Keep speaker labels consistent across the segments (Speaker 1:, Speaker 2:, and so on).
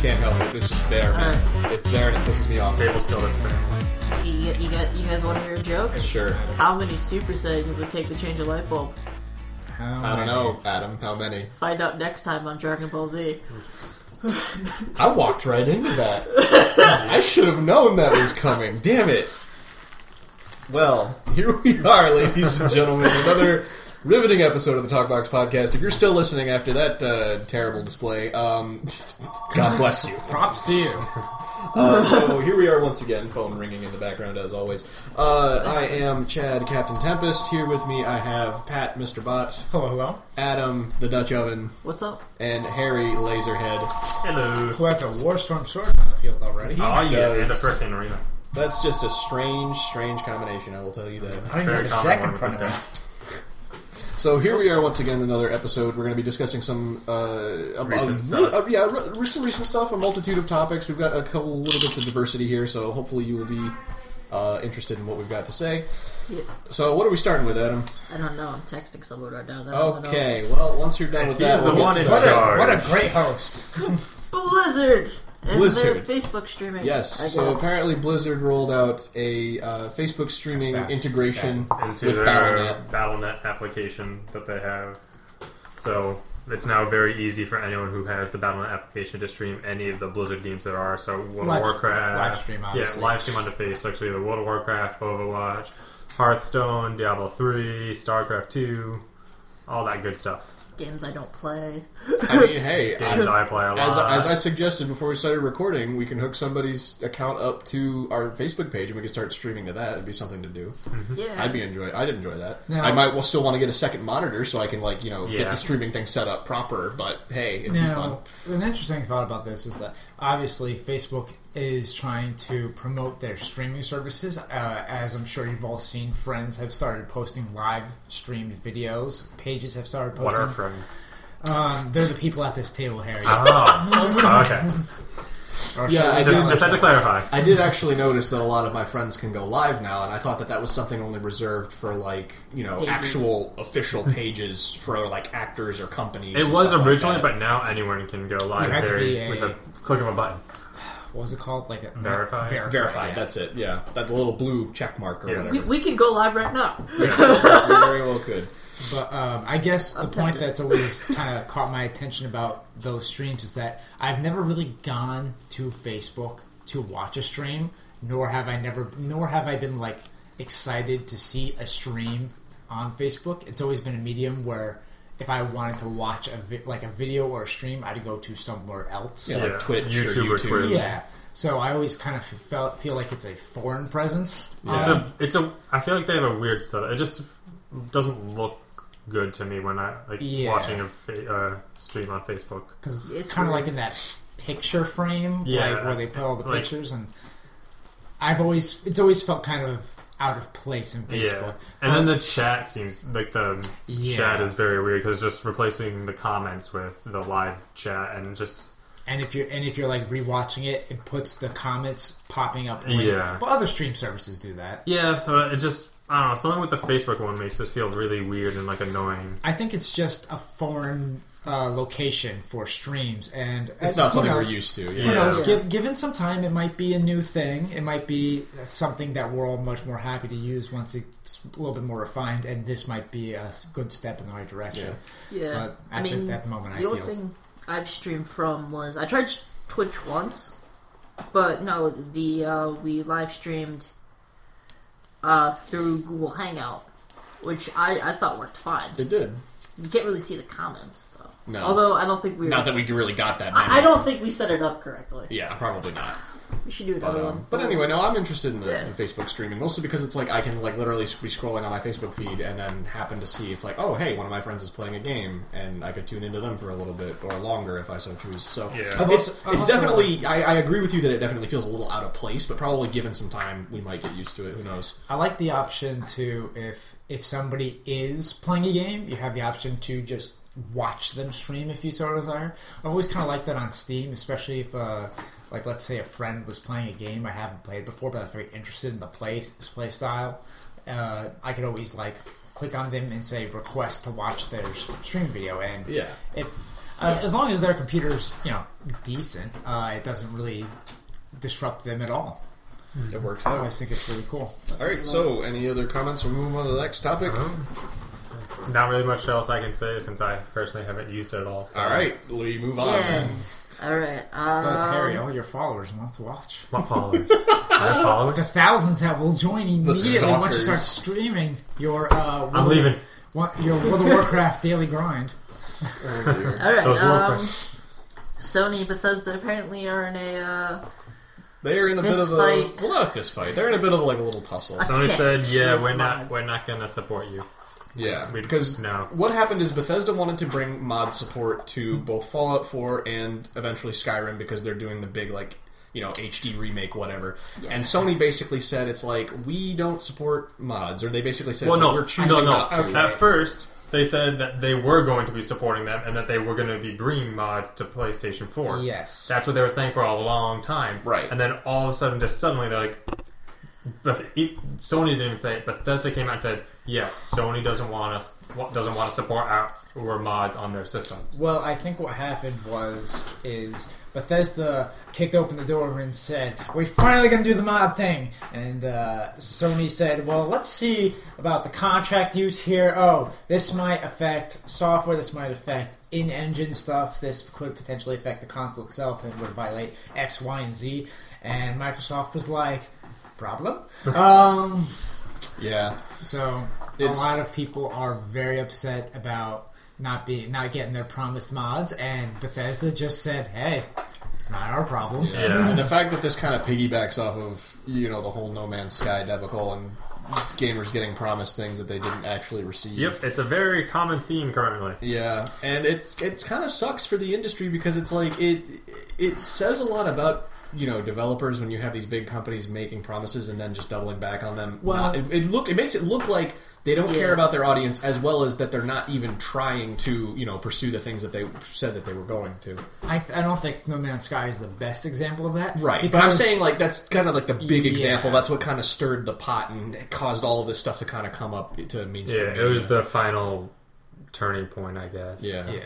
Speaker 1: can't help it. It's just there, man. It's there and it pisses me off.
Speaker 2: Table's still this big.
Speaker 3: You, you, got, you guys want to hear a joke?
Speaker 1: Sure.
Speaker 3: How many supersize does it take to change a light bulb?
Speaker 1: I don't know, Adam, how many?
Speaker 3: Find out next time on Dragon Ball Z.
Speaker 1: I walked right into that. I should have known that was coming. Damn it. Well, here we are, ladies and gentlemen. Another riveting episode of the Talkbox podcast. If you're still listening after that uh, terrible display, um, God bless you.
Speaker 4: Props to you.
Speaker 1: Uh, so here we are once again, phone ringing in the background as always. Uh, I am Chad, Captain Tempest. Here with me, I have Pat, Mr. Bot,
Speaker 4: Hello, hello.
Speaker 1: Adam, the Dutch Oven,
Speaker 3: What's up?
Speaker 1: and Harry Laserhead.
Speaker 2: Hello.
Speaker 4: Who has a Warstorm sword on the field already?
Speaker 2: Oh yeah, and the
Speaker 1: does.
Speaker 2: first in arena.
Speaker 1: That's just a strange, strange combination. I will tell you that.
Speaker 4: I don't
Speaker 2: Very
Speaker 4: even have a
Speaker 2: common
Speaker 4: deck
Speaker 2: one
Speaker 4: in
Speaker 2: with
Speaker 4: front of me.
Speaker 2: this
Speaker 1: So here we are once again, another episode. We're going to be discussing some uh, ab-
Speaker 2: Recent
Speaker 1: uh,
Speaker 2: stuff.
Speaker 1: uh, yeah, re- some recent stuff, a multitude of topics. We've got a couple little bits of diversity here, so hopefully you will be uh, interested in what we've got to say.
Speaker 3: Yeah,
Speaker 1: So what are we starting with, Adam?
Speaker 3: I don't know. I'm texting someone right now. I don't know.
Speaker 1: Okay, well once you're done with
Speaker 2: He's
Speaker 1: that, we'll
Speaker 2: the
Speaker 1: get
Speaker 2: one in
Speaker 1: started.
Speaker 4: What a,
Speaker 2: Charge.
Speaker 4: what a great host.
Speaker 3: Blizzard! And
Speaker 1: Blizzard.
Speaker 3: Their Facebook streaming. I
Speaker 1: Yes. So
Speaker 3: guess.
Speaker 1: apparently, Blizzard rolled out a uh, Facebook streaming
Speaker 4: Stat.
Speaker 1: integration
Speaker 2: Into
Speaker 1: with
Speaker 2: their
Speaker 1: BattleNet.
Speaker 2: BattleNet. application that they have. So it's now very easy for anyone who has the BattleNet application to stream any of the Blizzard games there are. So World
Speaker 4: Live-
Speaker 2: of Warcraft,
Speaker 4: live stream, obviously.
Speaker 2: yeah, live stream on the Facebook. So either World of Warcraft, Overwatch, Hearthstone, Diablo three, StarCraft two, all that good stuff.
Speaker 3: Games I don't play.
Speaker 1: I mean, hey,
Speaker 2: Games I play a lot.
Speaker 1: As, as I suggested before we started recording, we can hook somebody's account up to our Facebook page and we can start streaming to that. It'd be something to do.
Speaker 3: Yeah.
Speaker 1: Mhm. I'd be enjoy. I'd enjoy that.
Speaker 4: Now-
Speaker 1: I might well still want to get a second monitor so I can like you know get
Speaker 2: Yeah.
Speaker 1: the streaming thing set up proper. But hey, it'd be fun.
Speaker 4: Now, an interesting thought about this is that obviously Facebook is trying to promote their streaming services. Uh, as I'm sure you've all seen, friends have started posting live streamed videos. Pages have started
Speaker 2: what are
Speaker 4: posting.
Speaker 2: friends? Uh,
Speaker 4: Um, they're the people at this table, Harry.
Speaker 2: Oh, okay.
Speaker 1: Yeah, I
Speaker 4: Or should we
Speaker 1: did-
Speaker 4: call
Speaker 2: Just,
Speaker 4: it
Speaker 2: just had to clarify.
Speaker 1: I did actually notice that a lot of my friends can go live now, and I thought that that was something only reserved for like you know
Speaker 3: Pages.
Speaker 1: actual official pages for like actors or companies.
Speaker 2: It
Speaker 1: and
Speaker 2: was
Speaker 1: stuff like
Speaker 2: originally,
Speaker 1: that.
Speaker 2: but now anyone can go live
Speaker 4: had to
Speaker 2: there
Speaker 4: be a-
Speaker 2: with a click of a button.
Speaker 4: What was it called? Like a
Speaker 2: Verify?
Speaker 1: verified.
Speaker 4: yeah.
Speaker 1: That's it. Yeah, that little blue check mark or
Speaker 2: Yes.
Speaker 1: whatever.
Speaker 3: we, we can go live right now.
Speaker 1: You very well could.
Speaker 4: But um, I guess the point
Speaker 3: tempted.
Speaker 4: that's always kind of caught my attention about those streams is that I've never really gone to Facebook to watch a stream, nor have I never, nor have I been like excited to see a stream on Facebook. It's always been a medium where if I wanted to watch a vi- like a video or a stream, I'd go to somewhere else.
Speaker 1: Yeah,
Speaker 2: Yeah.
Speaker 1: like Twitch
Speaker 2: YouTube
Speaker 1: or
Speaker 2: or
Speaker 1: YouTube.
Speaker 2: Twitch.
Speaker 4: Yeah. So I always kind of felt feel like it's a foreign presence.
Speaker 2: It's
Speaker 4: Um,
Speaker 2: a, it's a. I feel like they have a weird setup. It just doesn't look good to me when I like
Speaker 4: Yeah.
Speaker 2: watching a fa- uh, stream on Facebook.
Speaker 4: because it's
Speaker 3: It's
Speaker 4: kind of
Speaker 3: weird.
Speaker 4: like in that picture frame,
Speaker 2: Yeah.
Speaker 4: like where they put all the
Speaker 2: Like-
Speaker 4: pictures, and I've always it's always felt kind of out of place in Facebook. Um,
Speaker 2: and then the chat seems like the
Speaker 4: Yeah.
Speaker 2: chat is very weird because just replacing the comments with the live chat and just
Speaker 4: And if you're and if you're like rewatching it, it puts the comments popping up. later.
Speaker 2: Yeah.
Speaker 4: but other stream services do that.
Speaker 2: yeah, uh, it just I don't know. Something with the Facebook one makes it feel really weird and like annoying.
Speaker 4: I think it's just a foreign uh, location for streams, and
Speaker 1: It's
Speaker 4: and
Speaker 1: not
Speaker 4: who
Speaker 1: something
Speaker 4: knows?
Speaker 1: we're used to.
Speaker 4: Who
Speaker 2: Yeah.
Speaker 1: Yeah.
Speaker 4: knows?
Speaker 3: Yeah.
Speaker 4: Give, given some time, it might be a new thing. It might be something that we're all much more happy to use once it's a little bit more refined, and this might be a s- good step in the right direction.
Speaker 3: Yeah.
Speaker 4: But at
Speaker 3: I mean,
Speaker 4: the, at the moment, I
Speaker 3: the
Speaker 4: feel
Speaker 3: only thing I've streamed from was I tried s- Twitch once, but no, the uh, we live streamed uh, through Google Hangout, which I, I thought worked fine.
Speaker 1: It did.
Speaker 3: You can't really see the comments though.
Speaker 1: No.
Speaker 3: Although I don't think we. Were,
Speaker 1: Not that we really got that. Many.
Speaker 3: I don't think we set it up correctly.
Speaker 1: Yeah, probably not.
Speaker 3: We should do
Speaker 1: But,
Speaker 3: another
Speaker 1: um,
Speaker 3: one.
Speaker 1: but anyway, no, I'm interested in the,
Speaker 3: Yeah.
Speaker 1: the Facebook streaming mostly because it's like I can like literally be scrolling on my Facebook feed and then happen to see it's like, oh hey, one of my friends is playing a game, and I could tune into them for a little bit or longer if I so choose. So
Speaker 2: Yeah.
Speaker 1: it's
Speaker 2: I've
Speaker 1: it's
Speaker 4: also- I've also-
Speaker 1: definitely I, I agree with you that it definitely feels a little out of place, but probably given some time, we might get used to it. Who knows?
Speaker 4: I like the option to if if somebody is playing a game, you have the option to just watch them stream if you so desire. I always kind of like that on Steam, especially if uh, like let's say a friend was playing a game I haven't played before, but I'm very interested in the play play style. Uh, I could always like click on them and say request to watch their s- stream video, and
Speaker 1: Yeah.
Speaker 4: it. Uh,
Speaker 3: Yeah.
Speaker 4: As long as their computer's you know decent, uh, it doesn't really disrupt them at all.
Speaker 1: It works
Speaker 4: I
Speaker 1: out.
Speaker 4: always think it's really cool.
Speaker 1: All right. So, any other comments? We'll move on to the next topic.
Speaker 2: Not really much else I can say since I personally haven't used it at all. So.
Speaker 1: All right. We move on.
Speaker 3: Yeah. All right.
Speaker 4: um, But Harry,
Speaker 3: Um,
Speaker 4: all your followers want to watch.
Speaker 2: My followers. My
Speaker 4: The
Speaker 2: followers?
Speaker 4: thousands that will join immediately once you
Speaker 1: stalkers.
Speaker 4: start streaming your. Uh,
Speaker 2: I'm
Speaker 4: World-
Speaker 2: leaving.
Speaker 4: What, your World of Warcraft daily grind.
Speaker 1: Oh, dear.
Speaker 3: all right.
Speaker 2: Those
Speaker 3: Um,
Speaker 2: workers.
Speaker 3: Sony, Bethesda apparently are in a. Uh,
Speaker 1: They're in a bit
Speaker 3: Fist
Speaker 1: of a
Speaker 3: fight.
Speaker 1: well, not a fist fight. They're in a bit of like a little tussle.
Speaker 2: Sony
Speaker 3: Okay.
Speaker 2: said, "Yeah,
Speaker 3: With
Speaker 2: we're not,
Speaker 3: mods.
Speaker 2: we're not gonna support you."
Speaker 1: Yeah,
Speaker 2: We-
Speaker 1: because
Speaker 2: no.
Speaker 1: what happened is Bethesda wanted to bring mod support to both Fallout 4 and eventually Skyrim because they're doing the big like you know HD remake whatever.
Speaker 3: Yeah.
Speaker 1: And Sony basically said it's like we don't support mods, or they basically said it's
Speaker 2: well,
Speaker 1: like,
Speaker 2: no,
Speaker 1: we're choosing
Speaker 2: no, no.
Speaker 1: not to.
Speaker 2: At first, they said that they were going to be supporting them and that they were going to be bringing mods to PlayStation Four.
Speaker 4: Yes.
Speaker 2: that's what they were saying for a long time.
Speaker 1: Right.
Speaker 2: and then all of a sudden, just suddenly, they're like, Beth- e- Sony didn't even say it. Bethesda came out and said, "Yes, Sony doesn't want us wa- doesn't want to support our, our mods on their system."
Speaker 4: Well, I think what happened was is Bethesda kicked open the door and said, "We're finally going to do the mod thing," and uh, Sony said, "Well, let's see about the contract use here. Oh, this might affect software. This might affect in-engine stuff. This could potentially affect the console itself and would violate X, Y, and Z." And Microsoft was like, "Problem." um,
Speaker 1: Yeah,
Speaker 4: so
Speaker 1: It's-
Speaker 4: a lot of people are very upset about not being not getting their promised mods, and Bethesda just said, "Hey, it's not our problem."
Speaker 1: and the fact that this kind of piggybacks off of you know the whole No Man's Sky debacle and gamers getting promised things that they didn't actually receive.
Speaker 2: Yep, it's a very common theme currently.
Speaker 1: Yeah, and it's it's kind of sucks for the industry because it's like it it says a lot about you know developers when you have these big companies making promises and then just doubling back on them.
Speaker 4: Well-
Speaker 1: Not- it, it look it makes it look like they don't
Speaker 3: Yeah.
Speaker 1: care about their audience as well as that they're not even trying to you know pursue the things that they said that they were going to.
Speaker 4: I, I don't think No Man's Sky is the best example of that,
Speaker 1: Right, but I'm
Speaker 4: because-
Speaker 1: saying like that's kind of like the big
Speaker 4: Yeah.
Speaker 1: example. That's what kind of stirred the pot and it caused all of this stuff to kind of come up to mainstream.
Speaker 2: Yeah, it was the final turning point, I guess.
Speaker 1: yeah.
Speaker 4: yeah,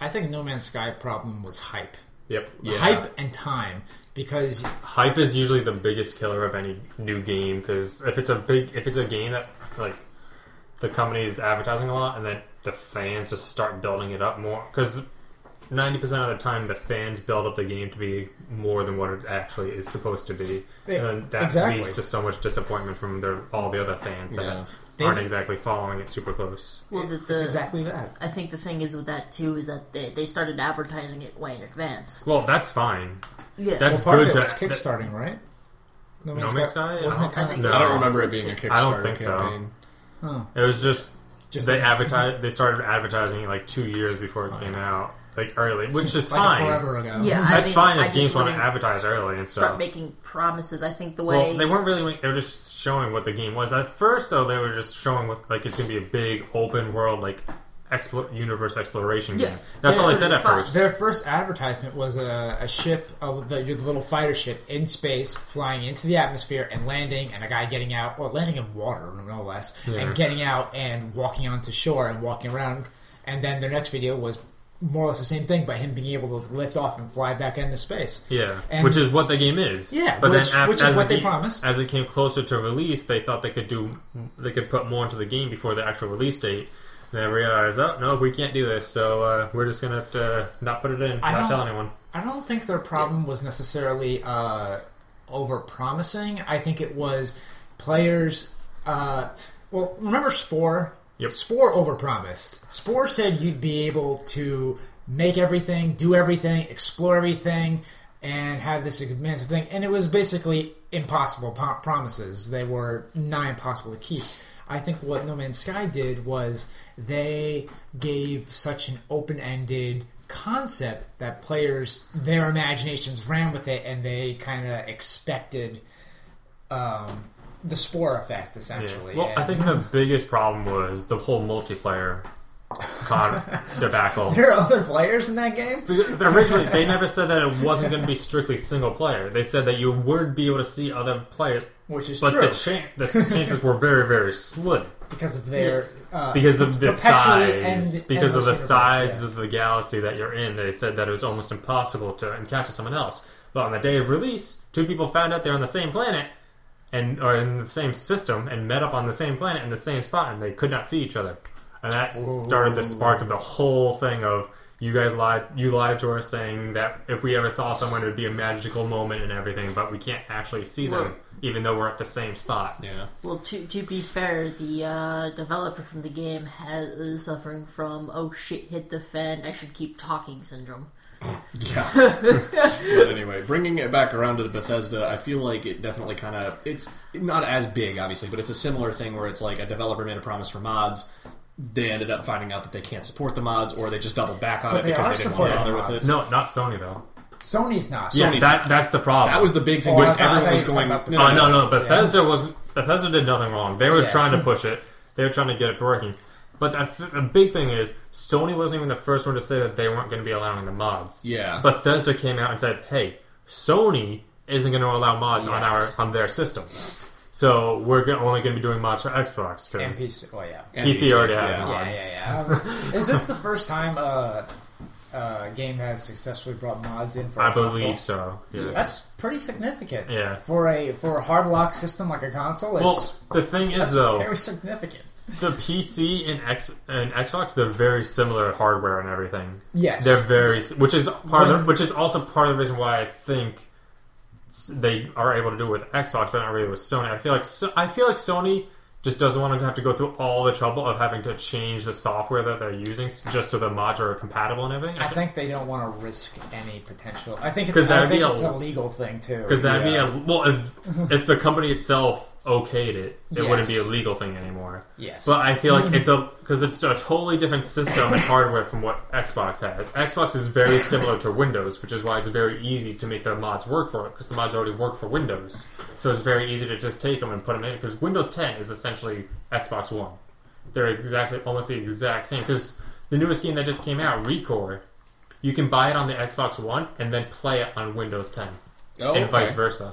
Speaker 4: I think No Man's Sky problem was hype,
Speaker 2: Yep.
Speaker 1: Yeah.
Speaker 4: hype and time, because
Speaker 2: hype is usually the biggest killer of any new game because if it's a big if it's a game that like the company's advertising a lot and then the fans just start building it up more because 90% of the time the fans build up the game to be more than what it actually is supposed to be
Speaker 4: They-
Speaker 2: and then that
Speaker 4: exactly.
Speaker 2: leads to so much disappointment from their, all the other fans that
Speaker 1: Yeah.
Speaker 4: They
Speaker 2: aren't
Speaker 4: did-
Speaker 2: exactly following it super close
Speaker 3: well, the,
Speaker 4: it's
Speaker 3: the,
Speaker 4: exactly that.
Speaker 3: I think the thing is with that too is that they, they started advertising it way in advance.
Speaker 2: well that's fine
Speaker 3: Yeah.
Speaker 2: That's-
Speaker 4: Well, part
Speaker 2: good
Speaker 4: of it
Speaker 2: to-
Speaker 4: was kickstarting, right? No
Speaker 2: No Man's Sky?
Speaker 4: wasn't it
Speaker 2: I
Speaker 4: kind
Speaker 3: don't-
Speaker 4: of
Speaker 3: No.
Speaker 1: I don't remember it being a Kickstarter
Speaker 2: Oh. I don't think so.
Speaker 1: campaign.
Speaker 2: it was just
Speaker 4: just Oh,
Speaker 2: they advertised. They started advertising it like two years before it came out, like early, which is
Speaker 4: like
Speaker 2: fine.
Speaker 4: forever ago?
Speaker 3: yeah, I
Speaker 2: That's
Speaker 3: think
Speaker 2: fine
Speaker 3: I
Speaker 2: if
Speaker 3: just
Speaker 2: games want to
Speaker 3: wouldn't
Speaker 2: advertise early and
Speaker 3: Start
Speaker 2: stuff.
Speaker 3: making promises. I think the way
Speaker 2: Well, they weren't really. ma- They were just showing what the game was. At first, though, they were just showing what like it's gonna be a big open world like explore, universe exploration
Speaker 3: Yeah.
Speaker 2: game. That's
Speaker 3: Yeah,
Speaker 2: all they said at
Speaker 3: fine.
Speaker 2: first.
Speaker 4: Their first advertisement was a, a ship, a, the, your little fighter ship in space, flying into the atmosphere and landing, and a guy getting out, or landing in water, no less,
Speaker 2: Yeah.
Speaker 4: and getting out and walking onto shore and walking around. And then their next video was more or less the same thing, but him being able to lift off and fly back into space.
Speaker 2: Yeah,
Speaker 4: And-
Speaker 2: which is what the game is.
Speaker 4: Yeah,
Speaker 2: but
Speaker 4: which-
Speaker 2: then af-
Speaker 4: which is
Speaker 2: as
Speaker 4: what
Speaker 2: the
Speaker 4: they
Speaker 2: game-
Speaker 4: promised.
Speaker 2: As it came closer to release, they thought they could do, they could put more into the game before the actual release date. And they realized, oh no, we can't do this, so uh, we're just gonna have to not put it in,
Speaker 4: I
Speaker 2: not
Speaker 4: don't-
Speaker 2: tell anyone.
Speaker 4: I don't think their problem was necessarily uh, over promising. I think it was players. Uh, well, remember Spore?
Speaker 2: Yep.
Speaker 4: Spore overpromised. Spore said you'd be able to make everything, do everything, explore everything, and have this expansive thing. And it was basically impossible po- promises. They were nigh impossible to keep. I think what No Man's Sky did was they gave such an open ended concept that players, their imaginations ran with it and they kind of expected um, the spore effect,
Speaker 2: Yeah.
Speaker 4: essentially.
Speaker 2: Well, I
Speaker 4: And-
Speaker 2: think the biggest problem was the whole multiplayer con debacle.
Speaker 4: There are other players in that game.
Speaker 2: Because originally, they never said that it wasn't going to be strictly single player. They said that you would be able to see other players,
Speaker 4: Which is
Speaker 2: but
Speaker 4: true
Speaker 2: the, chan- the chances were very, very slim
Speaker 4: because of their uh,
Speaker 2: because of the
Speaker 4: Perpetually
Speaker 2: size,
Speaker 4: and-
Speaker 2: because of
Speaker 4: endless
Speaker 2: the
Speaker 4: universe,
Speaker 2: size
Speaker 4: yeah.
Speaker 2: of the galaxy that you're in. They said that it was almost impossible to encounter someone else. But on the day of release, two people found out they're on the same planet and or in the same system and met up on the same planet in the same spot, and they could not see each other. And that started the spark of the whole thing of you guys lied. You lied to us saying that if we ever saw someone, it would be a magical moment and everything, but we can't actually see them,
Speaker 3: Right.
Speaker 2: even though we're at the same spot.
Speaker 1: Yeah.
Speaker 3: Well, to, to be fair, the uh, developer from the game has is suffering from oh shit hit the fan I should keep talking syndrome.
Speaker 1: Yeah. but anyway, bringing it back around to Bethesda, I feel like it definitely kind of it's not as big, obviously, but it's a similar thing where it's like a developer made a promise for mods. They ended up finding out that they can't support the mods, or they just doubled back on
Speaker 4: But
Speaker 1: it
Speaker 4: they
Speaker 1: because they
Speaker 4: are
Speaker 1: didn't want to
Speaker 4: supporting
Speaker 1: bother with
Speaker 4: mods.
Speaker 1: it.
Speaker 2: No, not Sony though.
Speaker 4: Sony's not.
Speaker 1: Yeah.
Speaker 2: Yeah, that, that's the problem.
Speaker 1: That was the big thing
Speaker 4: Oh, I
Speaker 1: because
Speaker 4: thought- I
Speaker 1: everyone
Speaker 4: thought
Speaker 1: was
Speaker 4: you were
Speaker 1: going.
Speaker 4: talking
Speaker 1: no,
Speaker 2: No,
Speaker 1: no,
Speaker 2: no, Uh, no. Bethesda was Bethesda did nothing wrong. They were
Speaker 4: Yes.
Speaker 2: trying to push it. They were trying to get it working. But the, the big thing is Sony wasn't even the first one to say that they weren't going to be allowing the mods.
Speaker 1: Yeah.
Speaker 2: Bethesda came out and said, "Hey, Sony isn't going to allow mods on our
Speaker 4: Yes.
Speaker 2: on their system. So we're go- only going to be doing mods for Xbox 'cause-
Speaker 4: And PC. Oh yeah.
Speaker 1: And
Speaker 2: PC already has
Speaker 1: yeah.
Speaker 2: one.
Speaker 4: Yeah, yeah, yeah. is this the first time a uh, uh, game has successfully brought mods in for?
Speaker 2: I
Speaker 4: a console?
Speaker 2: believe so. Yeah.
Speaker 4: That's pretty significant.
Speaker 2: Yeah.
Speaker 4: For a for a hard lock system like a console, it's
Speaker 2: Well, the thing is though,
Speaker 4: very significant.
Speaker 2: the PC and X and Xbox, they're very similar hardware and everything.
Speaker 4: Yes.
Speaker 2: They're very, which is part of, the,
Speaker 4: When-
Speaker 2: which is also part of the reason why I think s- they are able to do it with Xbox, but not really with Sony. I feel like so, I feel like Sony just doesn't want to have to go through all the trouble of having to change the software that they're using s- just so the mods are compatible and everything.
Speaker 4: I think they don't want to risk any potential. I think it's,
Speaker 2: 'Cause that'd
Speaker 4: I think
Speaker 2: be a-
Speaker 4: it's a legal thing too.
Speaker 2: because that'd
Speaker 1: yeah.
Speaker 2: be a well, if if the company itself okayed it, it wouldn't
Speaker 4: Yes.
Speaker 2: be a legal thing anymore.
Speaker 4: Yes.
Speaker 2: But I feel like it's a because it's a totally different system and hardware from what Xbox has. Xbox is very similar to Windows, which is why it's very easy to make the mods work for it because the mods already work for Windows. So it's very easy to just take them and put them in because Windows 10 is essentially Xbox One. They're exactly almost the exact same because the newest game that just came out, Recore, you can buy it on the Xbox One and then play it on Windows 10
Speaker 1: Oh,
Speaker 2: and vice
Speaker 1: okay.
Speaker 2: versa.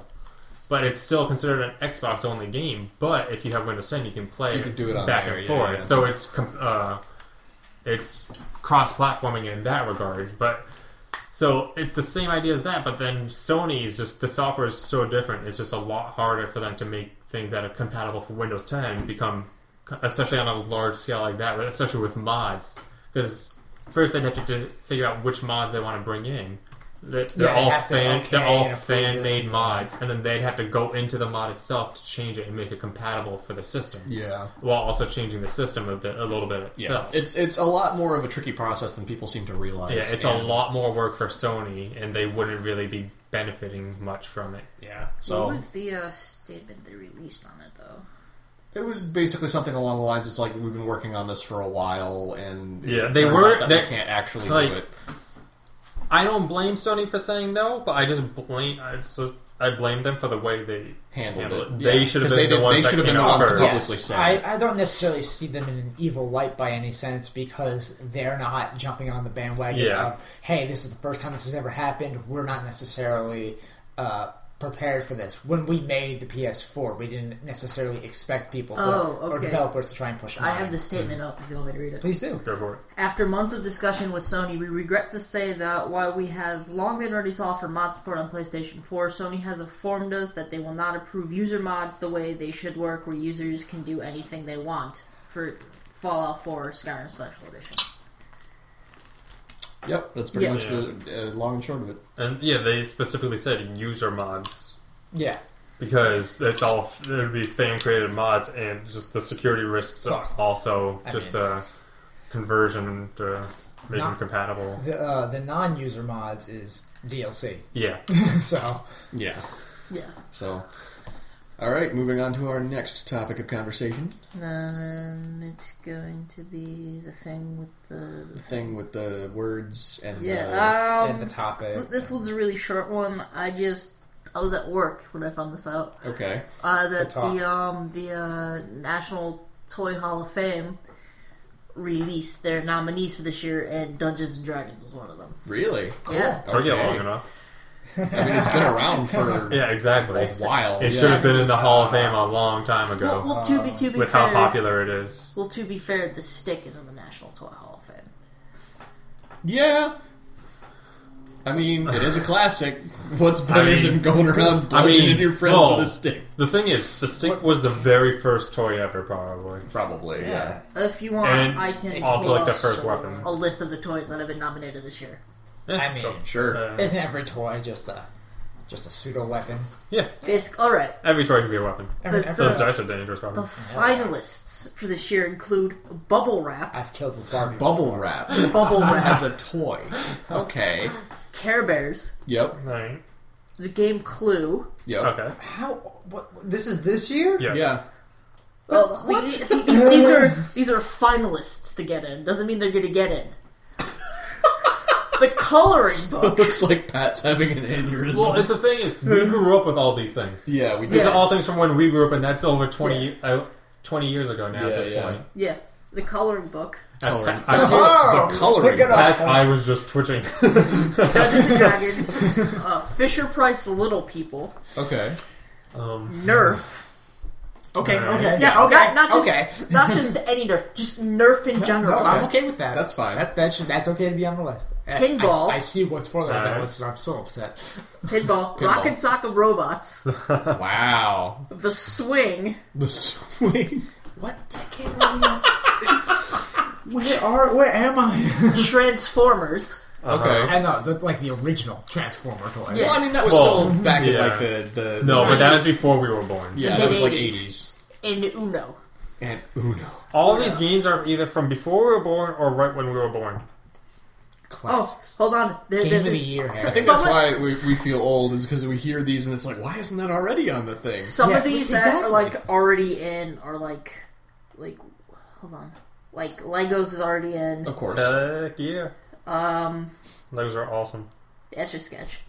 Speaker 2: But it's still considered an Xbox only game. But if you have Windows 10, you can play
Speaker 1: You can do it on
Speaker 2: back
Speaker 1: there,
Speaker 2: and
Speaker 1: yeah,
Speaker 2: forth.
Speaker 1: yeah.
Speaker 2: So it's com- uh, it's cross platforming in that regard. But so it's the same idea as that. But then Sony is just the software is so different. It's just a lot harder for them to make things that are compatible for Windows 10 become, especially on a large scale like that. But especially with mods, because first they'd have to do- figure out which mods they want to bring in. They're, they're
Speaker 4: Yeah, they
Speaker 2: all
Speaker 4: have to
Speaker 2: fan,
Speaker 4: okay
Speaker 2: they're all
Speaker 4: and approve it.
Speaker 2: fan made mods, and then they'd have to go into the mod itself to change it and make it compatible for the system,
Speaker 1: Yeah.
Speaker 2: while also changing the system a bit, a little bit
Speaker 1: Yeah.
Speaker 2: itself.
Speaker 1: It's it's a lot more of a tricky process than people seem to realize.
Speaker 2: Yeah, it's a
Speaker 1: and-
Speaker 2: lot more work for Sony, and they wouldn't really be benefiting much from it.
Speaker 1: Yeah. So
Speaker 3: What was the uh, statement they released on it though?
Speaker 1: It was basically something along the lines. It's like we've been working on this for a while, and it
Speaker 2: Yeah, they
Speaker 1: turns
Speaker 2: were-
Speaker 1: out that
Speaker 2: they're-
Speaker 1: we can't actually
Speaker 2: like-
Speaker 1: do it.
Speaker 2: I don't blame Sony for saying no, but I just blame I, just, I blame them for the way they
Speaker 1: Handled it.
Speaker 2: They
Speaker 1: Yeah.
Speaker 2: should
Speaker 1: 'Cause
Speaker 2: have
Speaker 1: they
Speaker 2: been the
Speaker 1: did-
Speaker 2: ones
Speaker 1: they
Speaker 2: that
Speaker 1: should have
Speaker 2: came
Speaker 1: been the
Speaker 2: out
Speaker 1: ones to
Speaker 2: first.
Speaker 1: publish publicly
Speaker 4: Yes.
Speaker 1: say it.
Speaker 4: I, I don't necessarily see them in an evil light by any sense because they're not jumping on the bandwagon
Speaker 2: Yeah.
Speaker 4: of, hey, this is the first time this has ever happened. We're not necessarily uh, prepared for this. When we made the PS4, we didn't necessarily expect people to,
Speaker 3: Oh,
Speaker 4: or
Speaker 3: okay.
Speaker 4: developers to try and push
Speaker 3: I have
Speaker 4: mine.
Speaker 3: the statement up if you want me to read it.
Speaker 4: Please do.
Speaker 2: Go for it.
Speaker 3: After months of discussion with Sony, we regret to say that while we have long been ready to offer mod support on PlayStation 4, Sony has informed us that they will not approve user mods the way they should work, where users can do anything they want for Fallout 4 or Skyrim Special Edition.
Speaker 1: Yep, that's pretty
Speaker 3: Yeah.
Speaker 1: much the uh, long and short of it.
Speaker 2: And yeah, they specifically said user mods
Speaker 4: Yeah.
Speaker 2: because it's all there'd be fan created mods and just the security risks are also
Speaker 4: I
Speaker 2: just
Speaker 4: mean-
Speaker 2: the conversion to make them
Speaker 4: Not-
Speaker 2: compatible.
Speaker 4: The, uh, the non user mods is DLC.
Speaker 2: Yeah,
Speaker 4: so,
Speaker 1: Yeah.
Speaker 3: Yeah.
Speaker 1: So, all right, moving on to our next topic of conversation,
Speaker 3: Um, it's going to be the thing with the.
Speaker 1: the thing with the words and the,
Speaker 3: Yeah,
Speaker 4: and
Speaker 3: um.
Speaker 4: the topic.
Speaker 3: th- This one's a really short one. I just. I was at work when I found this out.
Speaker 1: okay,
Speaker 3: uh, that
Speaker 4: talk.
Speaker 3: the um the uh, National Toy Hall of Fame released their nominees for this year, and Dungeons and Dragons was one of them.
Speaker 1: Really?
Speaker 3: Yeah.
Speaker 2: Took you
Speaker 1: Okay.
Speaker 2: long enough.
Speaker 1: I mean, it's been around for
Speaker 2: Yeah, exactly.
Speaker 1: a while.
Speaker 2: It should have been in the Hall of Fame a long time ago.
Speaker 3: Well, well, to be to be
Speaker 2: with
Speaker 3: fair,
Speaker 2: how popular it is.
Speaker 3: well, to be fair, the stick is in the National Toy Hall of Fame.
Speaker 1: Yeah. I mean, it is a classic. What's better
Speaker 2: I mean-
Speaker 1: than going around
Speaker 2: I
Speaker 1: bludgeoning
Speaker 2: mean,
Speaker 1: your friends
Speaker 2: well-
Speaker 1: with a stick?
Speaker 2: The thing is, the stick was the very first toy ever, probably.
Speaker 1: Probably, yeah.
Speaker 3: If you want,
Speaker 2: And
Speaker 3: I can
Speaker 2: also,
Speaker 3: pull
Speaker 2: like, the
Speaker 3: up
Speaker 2: first weapon.
Speaker 3: A list of the toys that have been nominated this year.
Speaker 4: I mean,
Speaker 1: Sure.
Speaker 2: Uh,
Speaker 4: isn't every toy just a just a pseudo weapon?
Speaker 2: yeah,
Speaker 3: Basic. All right.
Speaker 2: every toy can be a weapon.
Speaker 4: Every,
Speaker 3: The-
Speaker 4: every,
Speaker 2: Those dice are dangerous,
Speaker 3: The
Speaker 2: probably.
Speaker 3: finalists for this year include Bubble Wrap,
Speaker 4: I've killed with Barbie.
Speaker 1: Bubble wrap
Speaker 3: Bubble Wrap,
Speaker 1: as a toy. Okay.
Speaker 3: Care Bears,
Speaker 1: Yep.
Speaker 2: Right.
Speaker 3: the game Clue.
Speaker 1: Yep.
Speaker 2: Okay.
Speaker 4: How? What? This is this year?
Speaker 2: Yes.
Speaker 1: Yeah.
Speaker 3: Well, we- these, these are these are finalists to get in. Doesn't mean they're going to get in. the coloring book.
Speaker 1: It looks like Pat's having an aneurysm.
Speaker 2: Well, it's the thing is, we grew up with all these things.
Speaker 1: yeah, we
Speaker 2: These
Speaker 1: did.
Speaker 2: are all things from when we grew up, and that's over 20, uh, 20 years ago now
Speaker 1: Yeah,
Speaker 2: at this
Speaker 1: yeah.
Speaker 2: point.
Speaker 3: Yeah, the coloring book.
Speaker 2: That's
Speaker 1: Coloring.
Speaker 2: pa- I-
Speaker 4: Oh,
Speaker 1: the coloring.
Speaker 4: look it up.
Speaker 2: that's- I was just twitching.
Speaker 3: Dungeons and Dragons. uh, Fisher Price Little People.
Speaker 1: Okay.
Speaker 2: um,
Speaker 3: Nerf.
Speaker 4: Okay.
Speaker 2: Alright.
Speaker 4: Okay.
Speaker 3: Yeah,
Speaker 4: Okay.
Speaker 3: Not, not just,
Speaker 4: okay.
Speaker 3: not just any Nerf, just Nerf in
Speaker 4: No,
Speaker 3: general.
Speaker 4: I'm okay with that.
Speaker 1: That's fine.
Speaker 4: That, that should, that's okay to be on the list. I-
Speaker 3: Pinball.
Speaker 4: I, I see what's for that
Speaker 2: Alright.
Speaker 4: list. and I'm so upset.
Speaker 3: Pinball,
Speaker 1: Pinball.
Speaker 3: Rock and Sock of Robots,
Speaker 1: Wow.
Speaker 3: The Swing,
Speaker 1: The swing.
Speaker 4: What decade are we? in? where are? Where am I?
Speaker 3: Transformers.
Speaker 2: uh-huh.
Speaker 1: Okay.
Speaker 4: I know, the, like the original Transformer toy.
Speaker 3: Yeah.
Speaker 1: Well, I mean, that was
Speaker 2: Well,
Speaker 1: still back in
Speaker 2: yeah.
Speaker 1: like the, the
Speaker 2: No, but that was
Speaker 1: 90s.
Speaker 2: before we were born.
Speaker 1: yeah,
Speaker 3: The
Speaker 1: that was like
Speaker 3: mid-eighties.
Speaker 1: eighties.
Speaker 3: and Uno.
Speaker 1: And Uno.
Speaker 2: All these games are either from before we were born or right when we were born.
Speaker 3: Oh,
Speaker 4: Classics.
Speaker 3: hold on. There,
Speaker 4: Game
Speaker 3: there-
Speaker 4: of the
Speaker 3: there's-
Speaker 4: year.
Speaker 1: I
Speaker 4: Harry.
Speaker 1: think
Speaker 3: Some
Speaker 1: that's
Speaker 3: of-
Speaker 1: why we, we feel old is because we hear these and it's like, why isn't that already on the thing?
Speaker 3: Some
Speaker 4: Yeah,
Speaker 3: of these that are
Speaker 1: exactly.
Speaker 3: like already in are like, like, hold on, like Legos is already in.
Speaker 1: Of course,
Speaker 2: Heck yeah.
Speaker 3: Um,
Speaker 2: Those are awesome.
Speaker 3: Etch a Sketch.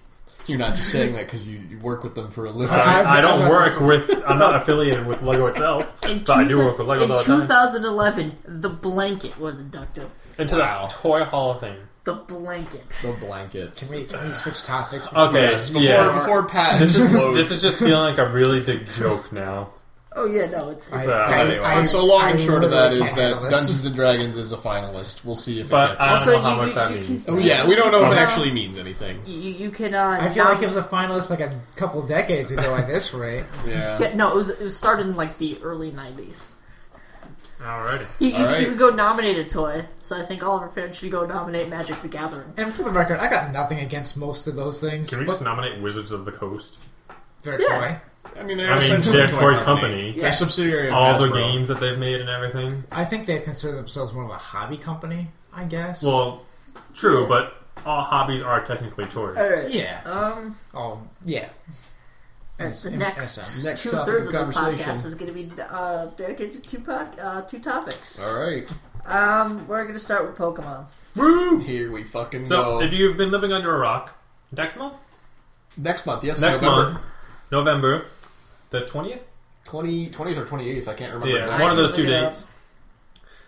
Speaker 1: you're not just saying that because you, you work with them for a living.
Speaker 4: I
Speaker 2: I,
Speaker 4: was
Speaker 2: I
Speaker 4: about
Speaker 2: don't
Speaker 4: to
Speaker 2: work with. I'm not affiliated with Lego itself,
Speaker 3: In
Speaker 2: but I do work with Lego
Speaker 3: in
Speaker 2: all the time.
Speaker 3: 2011, the blanket was inducted.
Speaker 2: Into
Speaker 1: Wow.
Speaker 2: the toy hall of fame.
Speaker 3: The blanket.
Speaker 1: the blanket.
Speaker 4: Can we, can we switch topics?
Speaker 2: Okay,
Speaker 1: Yes, before,
Speaker 2: yeah.
Speaker 1: before Pat.
Speaker 2: This is this is just feeling like a really big joke now.
Speaker 3: Oh yeah, no, it's, it's
Speaker 2: So-
Speaker 1: I mean,
Speaker 4: I-
Speaker 1: so long and
Speaker 4: I
Speaker 1: short of that
Speaker 4: literally
Speaker 1: is that
Speaker 4: can't handle this.
Speaker 1: Dungeons and Dragons is a finalist. We'll see if it
Speaker 2: But uh,
Speaker 1: gets.
Speaker 2: I
Speaker 3: Also,
Speaker 2: don't know how
Speaker 3: you- you-
Speaker 2: much that
Speaker 3: you can-
Speaker 2: means.
Speaker 1: Oh yeah, we don't know if it
Speaker 2: Okay.
Speaker 1: actually means anything.
Speaker 3: you, you can. Uh,
Speaker 4: I feel like
Speaker 3: nom-
Speaker 4: it was a finalist like a couple decades ago at this rate.
Speaker 1: Yeah.
Speaker 3: Yeah, no, it was it was started in like the early 90s.
Speaker 2: Alrighty.
Speaker 3: You, you,
Speaker 1: Alright.
Speaker 3: you could go nominate a toy, so I think all of our fans should go nominate Magic the Gathering.
Speaker 4: And for the record, I got nothing against most of those things.
Speaker 2: Can we
Speaker 4: but
Speaker 2: just nominate Wizards of the Coast?
Speaker 4: they're
Speaker 3: Yeah.
Speaker 4: toy.
Speaker 1: I mean, they're
Speaker 2: I mean,
Speaker 1: essentially
Speaker 2: their
Speaker 1: a toy
Speaker 2: toy
Speaker 1: company.
Speaker 2: company.
Speaker 1: They're a subsidiary of
Speaker 2: All the
Speaker 1: Hasbro.
Speaker 2: games that they've made and everything.
Speaker 4: I think they consider themselves more of a hobby company, I guess.
Speaker 2: Well, true, but all hobbies are technically toys.
Speaker 3: All right.
Speaker 4: yeah.
Speaker 3: Um,
Speaker 4: oh, yeah.
Speaker 3: all right,
Speaker 4: It's
Speaker 3: so
Speaker 4: in-
Speaker 3: next,
Speaker 4: essence.
Speaker 1: Next
Speaker 3: two
Speaker 1: topic
Speaker 3: thirds
Speaker 1: of
Speaker 3: of, this
Speaker 1: conversation.
Speaker 3: podcast is going to be uh, dedicated to two pod, uh, two topics.
Speaker 1: All right,
Speaker 3: Um, we're going to start with Pokemon.
Speaker 2: Woo!
Speaker 1: here we fucking
Speaker 2: So,
Speaker 1: go.
Speaker 2: if you've been living under a rock, next month?
Speaker 1: Next month, yes,
Speaker 2: Next
Speaker 1: November
Speaker 2: month, November the 20th?
Speaker 1: 20, 20th or 28th, I can't remember
Speaker 2: Yeah,
Speaker 1: exactly.
Speaker 2: one of those
Speaker 3: I
Speaker 2: two
Speaker 3: can look it
Speaker 2: dates.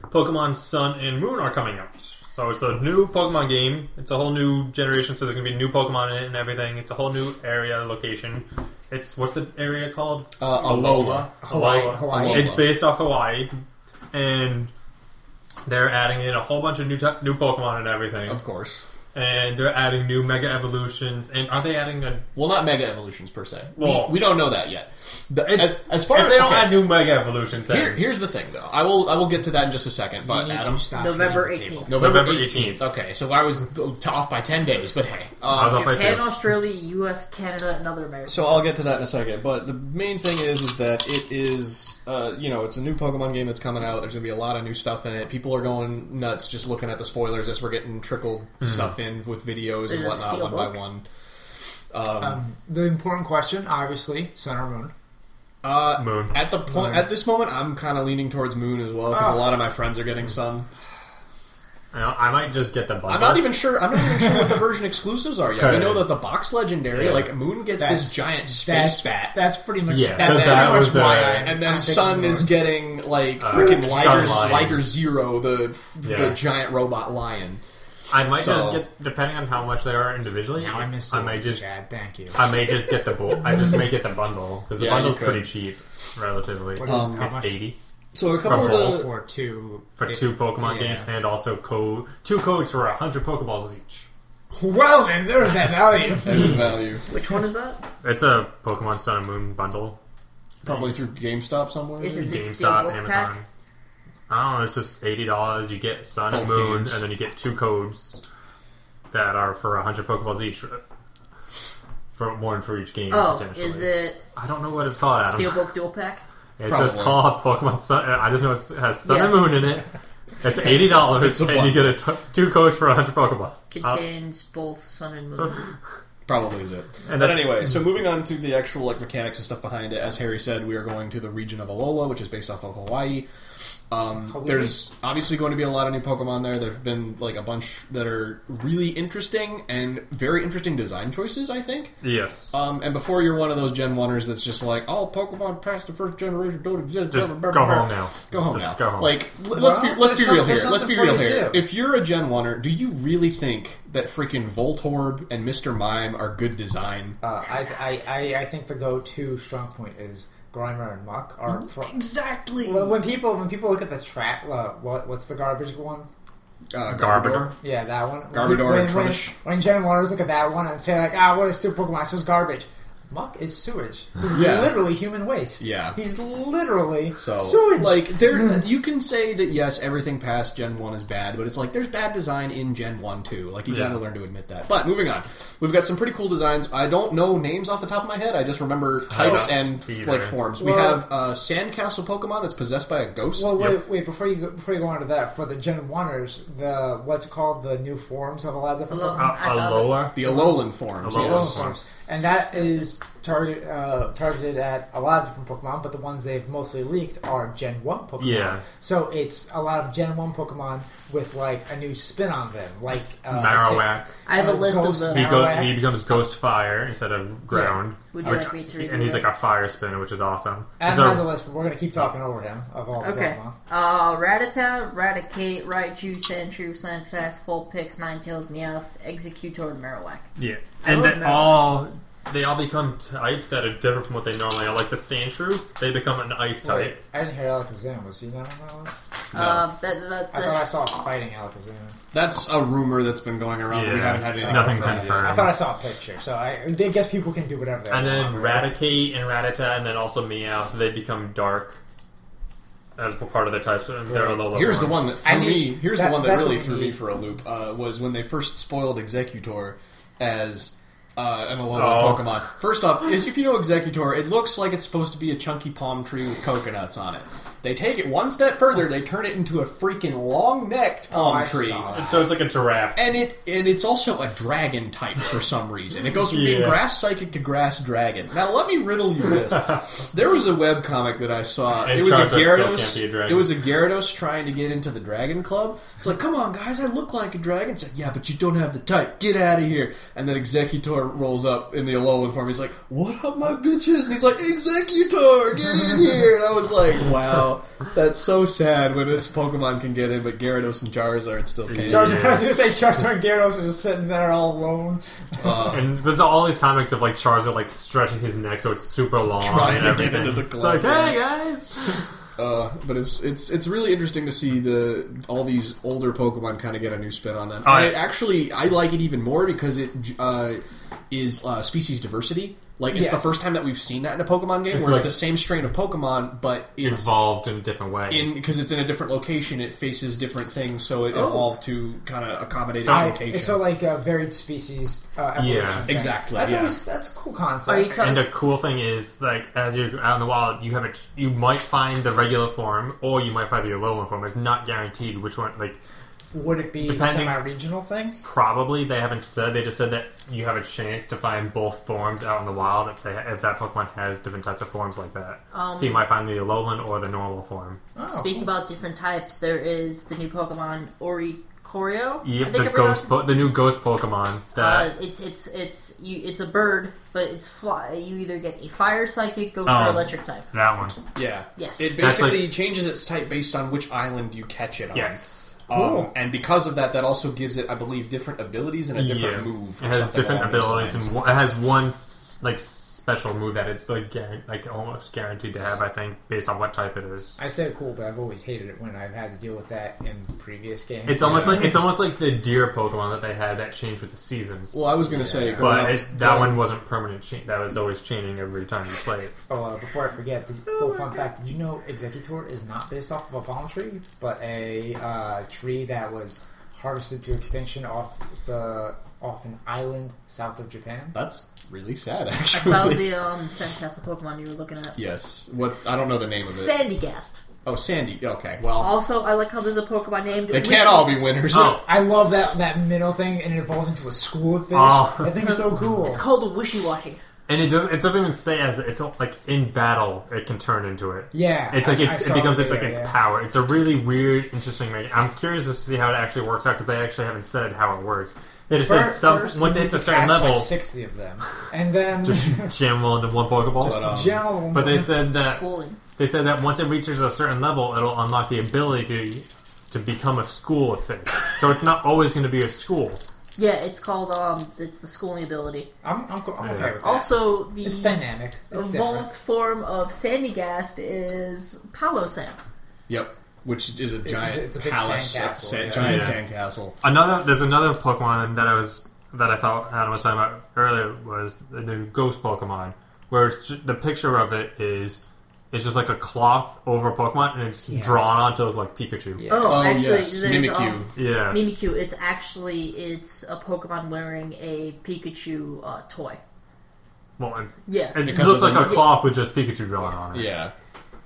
Speaker 2: Pokemon Sun and Moon are coming out. So it's a new Pokemon game. It's a whole new generation, so there's going to be new Pokemon in it and everything. It's a whole new area, location. It's, what's the area called?
Speaker 1: Uh, Alola.
Speaker 4: Hawaii. Hawaii.
Speaker 1: Alola.
Speaker 2: It's based off Hawaii, and they're adding in a whole bunch of new t- new Pokemon and everything.
Speaker 1: Of course.
Speaker 2: And they're adding new Mega Evolutions. And are they adding a?
Speaker 1: Well, not mega evolutions per se.
Speaker 2: Well-
Speaker 1: we, we don't know that yet. The-
Speaker 2: It's-
Speaker 1: as, as far
Speaker 2: if
Speaker 1: as
Speaker 2: they don't
Speaker 1: okay,
Speaker 2: add new Mega Evolutions, then
Speaker 1: here, here's the thing though. I will I will get to that in just a second. But
Speaker 4: You need
Speaker 1: Adam,
Speaker 4: to stop
Speaker 3: November
Speaker 4: hitting the table.
Speaker 3: 18th.
Speaker 1: November,
Speaker 2: November
Speaker 1: 18th.
Speaker 2: 18th.
Speaker 1: Okay, so I was t- off by 10 days, but hey.
Speaker 2: I was
Speaker 1: Um,
Speaker 2: off by
Speaker 3: Japan,
Speaker 2: two.
Speaker 3: Australia, U.S., Canada, and other America.
Speaker 1: so I'll get to that in a second. But the main thing is, is that it is, uh, you know, it's a new Pokemon game that's coming out. There's going to be a lot of new stuff in it. People are going nuts just looking at the spoilers as we're getting trickled stuff in with videos and
Speaker 3: There's a
Speaker 1: whatnot, one by
Speaker 3: steelbook.
Speaker 1: one.
Speaker 4: Um, the important question, obviously, Sun or Moon.
Speaker 1: Uh,
Speaker 2: Moon.
Speaker 1: At the Oh. point, at this moment, I'm kind of leaning towards Moon as well because a lot of my friends are getting Sun.
Speaker 2: I, don't- I might just get the bundle.
Speaker 1: I'm not even sure. I'm not even sure what the version exclusives are yet. We
Speaker 2: Okay.
Speaker 1: know that the box legendary,
Speaker 2: Yeah.
Speaker 1: like Moon, gets
Speaker 4: That's-
Speaker 1: this giant
Speaker 4: that's,
Speaker 1: space bat,
Speaker 4: That's pretty much
Speaker 2: Yeah,
Speaker 4: that's
Speaker 1: 'cause
Speaker 4: pretty
Speaker 1: that
Speaker 4: much
Speaker 2: was the-
Speaker 4: why I
Speaker 1: and then
Speaker 4: I'm thinking
Speaker 1: Sun is
Speaker 4: more.
Speaker 1: getting like freaking Liger,
Speaker 2: Sunlion.
Speaker 1: Liger Zero, the
Speaker 2: Uh, Yeah.
Speaker 1: the giant robot lion.
Speaker 2: I might
Speaker 1: So-
Speaker 2: just get depending on how much they are individually.
Speaker 4: Now I miss
Speaker 2: I might
Speaker 4: Sun's
Speaker 2: just
Speaker 4: Chad. Thank you.
Speaker 2: I may just get the bull. I just may get the bundle because the
Speaker 1: Yeah,
Speaker 2: bundle's
Speaker 1: you could.
Speaker 2: pretty cheap, relatively.
Speaker 4: What is- Um, how
Speaker 2: it's
Speaker 4: much?
Speaker 2: eighty
Speaker 1: So a couple of
Speaker 2: From Ball
Speaker 1: the
Speaker 4: for two
Speaker 2: for
Speaker 4: fif-
Speaker 2: two Pokemon
Speaker 4: yeah.
Speaker 2: games and also code two codes for hundred Pokeballs each.
Speaker 4: Well, then there's that value.
Speaker 1: there's the value
Speaker 3: Which one is that?
Speaker 2: It's a Pokemon Sun and Moon bundle.
Speaker 1: probably through GameStop somewhere.
Speaker 3: Is it- This
Speaker 2: GameStop,
Speaker 3: single
Speaker 2: Amazon.
Speaker 3: pack?
Speaker 2: I don't know. It's just eighty dollars. You get Sun and
Speaker 1: Both
Speaker 2: Moon,
Speaker 1: games.
Speaker 2: and then you get two codes that are for hundred Pokeballs each. uh, For one for each game.
Speaker 3: Oh,
Speaker 2: potentially.
Speaker 3: is it
Speaker 2: I don't know what it's called. Adam.
Speaker 3: Steelbook Dual Pack?
Speaker 2: It's just
Speaker 1: Probably.
Speaker 2: called Pokemon Sun. uh, I just know it's- it has Sun and
Speaker 3: Yeah.
Speaker 2: Moon in it. It's eighty
Speaker 1: It's
Speaker 2: dollars,
Speaker 1: a
Speaker 2: and you get a t- two codes for hundred Pokeballs. Uh,
Speaker 3: Contains both Sun and Moon.
Speaker 1: Probably is it.
Speaker 2: And
Speaker 1: but
Speaker 2: that-
Speaker 1: anyway, so moving on to the actual like mechanics and stuff behind it. As Harry said, we are going to the region of Alola, which is based off of Hawaii. Um,
Speaker 4: Hawaii.
Speaker 1: there's obviously going to be a lot of new Pokemon there. There've been like a bunch that are really interesting and very interesting design choices. I think.
Speaker 2: yes,
Speaker 1: Um, and before you're one of those Gen Oneers that's just like, all Pokemon past the first generation don't exist.
Speaker 2: just
Speaker 1: blah, blah,
Speaker 2: go
Speaker 1: blah, blah."
Speaker 2: home now.
Speaker 1: Go home
Speaker 2: Just
Speaker 1: now.
Speaker 2: Go home.
Speaker 1: Like, l- let's be
Speaker 4: Well,
Speaker 1: let's be
Speaker 4: there's
Speaker 1: real
Speaker 4: some- there's
Speaker 1: here. Let's be
Speaker 4: something
Speaker 1: real
Speaker 4: for you
Speaker 1: here.
Speaker 4: too.
Speaker 1: If you're a Gen Oneer, do you really think that freaking Voltorb and Mister Mime are good design?
Speaker 4: Uh, I, I, I, I think the go-to strong point is Grimer and Muck are. Pro-
Speaker 1: Exactly.
Speaker 4: Well, when people when people look at the trap, uh, what what's the garbage one?
Speaker 1: uh,
Speaker 2: Garbodor.
Speaker 4: Yeah, that one. When
Speaker 1: Garbodor
Speaker 4: people- when-
Speaker 1: and
Speaker 4: when-
Speaker 1: Trubbish.
Speaker 4: When, Gen Waters look at that one and say like, ah, what is stupid Pokemon? It's just garbage. Muck is sewage. He's
Speaker 1: Yeah.
Speaker 4: literally human waste.
Speaker 1: Yeah.
Speaker 4: he's literally
Speaker 1: So,
Speaker 4: sewage.
Speaker 1: like, there you can say that yes, everything past Gen One is bad, but it's like there's bad design in Gen One too. Like you
Speaker 2: Yeah.
Speaker 1: got to learn to admit that. But moving on, we've got some pretty cool designs. I don't know names off the top of my head. I just remember types
Speaker 2: don't
Speaker 1: and
Speaker 2: either.
Speaker 1: like forms. we
Speaker 4: Well-
Speaker 1: have uh, Sandcastle Pokemon that's possessed by a ghost.
Speaker 4: well, wait,
Speaker 2: Yep.
Speaker 4: wait before you go, before you go on to that for the Gen Oneers, the what's it called the new forms of a lot of different
Speaker 3: Hello.
Speaker 4: Pokemon.
Speaker 2: uh,
Speaker 3: I found
Speaker 2: Alola.
Speaker 1: the Alolan forms.
Speaker 2: Alolan
Speaker 1: Yes.
Speaker 2: forms.
Speaker 4: forms, and that is target, uh, targeted at a lot of different Pokemon. But the ones they've mostly leaked are Gen One Pokemon.
Speaker 2: Yeah.
Speaker 4: So it's a lot of Gen One Pokemon with like a new spin on them, like uh,
Speaker 2: Marowak.
Speaker 3: I have a
Speaker 4: Uh,
Speaker 3: list of
Speaker 4: Ghost
Speaker 2: He,
Speaker 4: Beak.
Speaker 3: the.
Speaker 2: go-
Speaker 4: Marowak.
Speaker 2: he becomes Ghost Fire instead of Ground,
Speaker 3: Would you like me to read
Speaker 2: and
Speaker 3: the
Speaker 2: he's like a
Speaker 3: list?
Speaker 2: Fire Spinner, which is awesome. He's
Speaker 4: Adam has a
Speaker 2: a-
Speaker 4: list, but we're gonna keep talking over him of all the
Speaker 3: Okay.
Speaker 4: Pokemon.
Speaker 3: Uh, Rattata, Raticate, Raichu, Sandshrew, Sandslash, Vulpix, Ninetales, Meowth, Executor, and Marowak.
Speaker 2: yeah,
Speaker 3: I
Speaker 2: and
Speaker 3: love
Speaker 2: they
Speaker 3: Marowak.
Speaker 2: all they all become types that are different from what they normally are. Like the Sandshrew, they become an Ice
Speaker 4: Wait,
Speaker 2: type.
Speaker 4: I didn't hear Alakazam. Was he not on that list?
Speaker 3: Uh, the, the,
Speaker 4: I thought I saw fighting Alakazam.
Speaker 1: That's a rumor that's been going around. but we
Speaker 2: Yeah.
Speaker 1: haven't had anything
Speaker 2: Nothing
Speaker 1: confirmed yet.
Speaker 2: confirmed.
Speaker 4: I thought I saw a picture, so I, I guess people can do whatever they
Speaker 2: And then
Speaker 4: want.
Speaker 2: Raticate and Rattata, and then also Meowth, they become dark as part of the types. Of their Alola
Speaker 1: Here's the
Speaker 2: forms.
Speaker 1: one that threw
Speaker 4: I mean,
Speaker 1: me. Here's
Speaker 4: that-
Speaker 1: the one that
Speaker 4: that's
Speaker 1: really
Speaker 4: what we
Speaker 1: threw me
Speaker 4: need.
Speaker 1: for a loop. Uh, was when they first spoiled Executor as uh, an Alolan
Speaker 2: Oh.
Speaker 1: Pokemon. First off, is- if you know Executor, it looks like it's supposed to be a chunky palm tree with coconuts on it. They take it one step further. They turn it into a freaking long-necked palm
Speaker 4: Oh, I
Speaker 1: tree.
Speaker 4: saw that.
Speaker 2: And so it's like a giraffe.
Speaker 1: And it and it's also a dragon type for some reason. It goes from being
Speaker 2: Yeah.
Speaker 1: grass psychic to grass dragon. Now let me riddle you this. there was a webcomic that I saw.
Speaker 2: And
Speaker 1: it was
Speaker 2: Charizard
Speaker 1: a
Speaker 2: still can't be a
Speaker 1: Gyarados.
Speaker 2: dragon.
Speaker 1: it was a Gyarados trying to get into the Dragon Club. It's like, come on guys, I look like a dragon. It's like, yeah, but you don't have the type. Get out of here. And then Executor rolls up in the Alolan form. He's like, What up my bitches? And he's like, Executor, get in here. And I was like, Wow, that's so sad when this Pokemon can get in, but Gyarados and Charizard still can't.
Speaker 4: Charizard, I was gonna say Charizard and Gyarados are just sitting there all alone.
Speaker 2: And there's all these comics of like Charizard like stretching his neck so it's super long
Speaker 1: Trying
Speaker 2: and
Speaker 1: to get
Speaker 2: everything.
Speaker 1: into the
Speaker 2: it's
Speaker 1: club,
Speaker 2: like, hey guys,
Speaker 1: Uh, but it's it's it's really interesting to see the all these older Pokemon kind of get a new spin on them.
Speaker 2: Oh,
Speaker 1: and
Speaker 2: yeah.
Speaker 1: it actually, I like it even more because it uh, is uh, species diversity. Like it's the
Speaker 4: Yes.
Speaker 1: first time that we've seen that in a Pokemon game,
Speaker 2: It's
Speaker 1: where
Speaker 2: like-
Speaker 1: it's the same strain of Pokemon, but it's
Speaker 2: involved in a different way.
Speaker 1: in because it's in a different location. It faces different things, so it evolved to kind of accommodate its
Speaker 2: I-
Speaker 1: location.
Speaker 4: It's so like a varied species uh, evolution.
Speaker 2: Yeah.
Speaker 4: thing.
Speaker 1: Exactly,
Speaker 4: That's
Speaker 1: yeah.
Speaker 4: always, that's a cool concept.
Speaker 3: Are you
Speaker 2: and
Speaker 3: talking?
Speaker 2: the cool thing is, like, as you're out in the wild, you have a ch- you might find the regular form or you might find the Alolan form. It's not guaranteed which one. Like,
Speaker 4: Would it be
Speaker 2: Depending-
Speaker 4: semi-regional thing?
Speaker 2: probably they haven't said. They just said that you have a chance to find both forms out in the wild if they if that Pokemon has different types of forms like that.
Speaker 3: Um,
Speaker 2: so you might find the Alolan or the normal form.
Speaker 4: Oh,
Speaker 3: Speaking about different types, there is the new Pokemon Ori Choreo.
Speaker 2: Yep,
Speaker 3: I think
Speaker 2: the
Speaker 3: I
Speaker 2: ghost,
Speaker 3: pronounced-
Speaker 2: po- the new ghost Pokemon.
Speaker 3: Uh,
Speaker 2: That
Speaker 3: it's it's it's you. It's a bird, but it's fly. You either get a fire, psychic, ghost,
Speaker 2: Oh.
Speaker 3: or electric type.
Speaker 2: that one.
Speaker 1: Yeah.
Speaker 3: Yes.
Speaker 1: It
Speaker 2: That's
Speaker 1: basically changes its type based on which island you catch it on.
Speaker 2: Yes.
Speaker 1: Um, and because of that, that also gives it, I believe, different abilities and a different
Speaker 2: yeah.
Speaker 1: move.
Speaker 2: It
Speaker 1: or
Speaker 2: has
Speaker 1: something
Speaker 2: different
Speaker 1: along those
Speaker 2: abilities,
Speaker 1: lines.
Speaker 2: and one, it has one s- like special move that it's like guaran- like almost guaranteed to have. I think based on what type it is.
Speaker 4: I said cool, but I've always hated it when I've had to deal with that in previous games.
Speaker 2: It's almost like it's almost like the deer Pokemon that they had that changed with the seasons.
Speaker 1: well, I was going to say,
Speaker 4: Yeah.
Speaker 1: going off
Speaker 2: but
Speaker 1: this-
Speaker 2: it, that one wasn't permanent. Cha- that was always changing every time you play it.
Speaker 4: Oh, uh, before I forget, the full fun fact: Did you know Executor is not based off of a palm tree, but a uh, tree that was harvested to extinction off the off an island south of Japan?
Speaker 1: That's really sad,
Speaker 3: I found
Speaker 1: actually.
Speaker 3: the um, Sandcastle Pokemon you were looking at.
Speaker 1: Yes. What? I don't know the name of it.
Speaker 3: Sandygast.
Speaker 1: Oh, Sandy. Okay. Well,
Speaker 3: Also, I like how there's a Pokemon named.
Speaker 1: they can't all be winners.
Speaker 2: Oh,
Speaker 4: I love that that minnow thing, and it evolves into a school of fish.
Speaker 2: Oh.
Speaker 4: That thing's so cool.
Speaker 3: It's called Wishy Washy.
Speaker 2: and it doesn't. It doesn't even stay as it's all- like in battle. It can turn into it.
Speaker 4: yeah,
Speaker 2: It's
Speaker 4: I-
Speaker 2: like
Speaker 4: I
Speaker 2: it's,
Speaker 4: saw
Speaker 2: it becomes
Speaker 4: the
Speaker 2: it's like
Speaker 4: video,
Speaker 2: its
Speaker 4: yeah.
Speaker 2: power. It's a really weird, interesting. Make. I'm curious to see how it actually works out because they actually haven't said how it works. They just said
Speaker 4: First-
Speaker 2: some
Speaker 4: first
Speaker 2: once
Speaker 4: you
Speaker 2: it hits
Speaker 4: need
Speaker 2: a
Speaker 4: to
Speaker 2: certain
Speaker 4: catch,
Speaker 2: level,
Speaker 4: like sixty of them, and then
Speaker 2: just jam well into one Pokeball.
Speaker 1: Just-
Speaker 4: uh,
Speaker 1: um,
Speaker 4: general.
Speaker 2: but they said that
Speaker 3: Schooling.
Speaker 2: they said that once it reaches a certain level, it'll unlock the ability to, to become a school of fish. So it's not always going to be a school.
Speaker 3: Yeah, it's called um, it's the schooling ability.
Speaker 4: I'm, I'm, co- I'm okay
Speaker 2: Yeah.
Speaker 4: with that.
Speaker 3: Also, the
Speaker 4: it's dynamic. It's
Speaker 3: evolved
Speaker 4: different.
Speaker 3: form of Sandygast is Palosand.
Speaker 1: Yep. Which is a giant
Speaker 4: it's a big
Speaker 1: palace, uh,
Speaker 4: sandcastle,
Speaker 1: sa-
Speaker 4: yeah.
Speaker 1: giant
Speaker 2: Yeah.
Speaker 1: sandcastle.
Speaker 2: Another there's another Pokemon that I was that I thought Adam was talking about earlier was the new Ghost Pokemon, where it's ju- the picture of it is it's just like a cloth over a Pokemon and it's
Speaker 4: Yes.
Speaker 2: drawn onto like Pikachu.
Speaker 4: Yeah.
Speaker 3: Oh,
Speaker 1: Oh
Speaker 3: actually,
Speaker 1: yes,
Speaker 3: there's,
Speaker 1: Mimikyu.
Speaker 3: um,
Speaker 2: Yeah.
Speaker 3: Mimikyu, it's actually it's a Pokemon wearing a Pikachu uh, toy.
Speaker 2: Well, and-
Speaker 3: Yeah,
Speaker 2: it
Speaker 1: Because
Speaker 2: looks
Speaker 1: of
Speaker 2: like
Speaker 1: the-
Speaker 2: a cloth with just Pikachu drawn
Speaker 3: Yes.
Speaker 2: on it.
Speaker 1: yeah.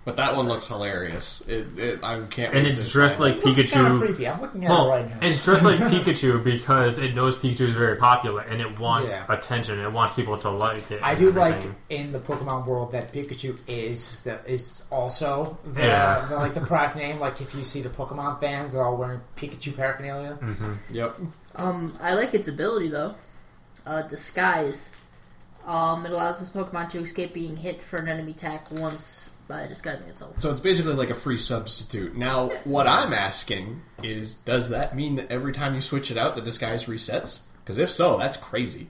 Speaker 1: But that one looks hilarious. It, it, I can't.
Speaker 2: And
Speaker 1: wait
Speaker 2: it's
Speaker 1: to
Speaker 2: dressed
Speaker 1: find
Speaker 2: like
Speaker 4: It looks kinda
Speaker 2: Pikachu.
Speaker 4: creepy. I'm looking at
Speaker 2: Well,
Speaker 4: it right now.
Speaker 2: it's dressed like Pikachu because it knows Pikachu is very popular and it wants
Speaker 4: Yeah.
Speaker 2: attention. It wants people to like it.
Speaker 4: I
Speaker 2: and
Speaker 4: do like
Speaker 2: everything.
Speaker 4: in the Pokemon world that Pikachu is the, is also the,
Speaker 2: Yeah.
Speaker 4: the- like the product name. Like if you see the Pokemon fans are all wearing Pikachu paraphernalia.
Speaker 2: Mm.
Speaker 1: it. Yep.
Speaker 3: Um, I like its ability though. Uh, disguise. Um, it allows this Pokemon to escape being hit for an enemy attack once by disguising itself.
Speaker 1: So it's basically like a free substitute. Now, what I'm asking is, does that mean that every time you switch it out, the disguise resets? Because if so, that's crazy.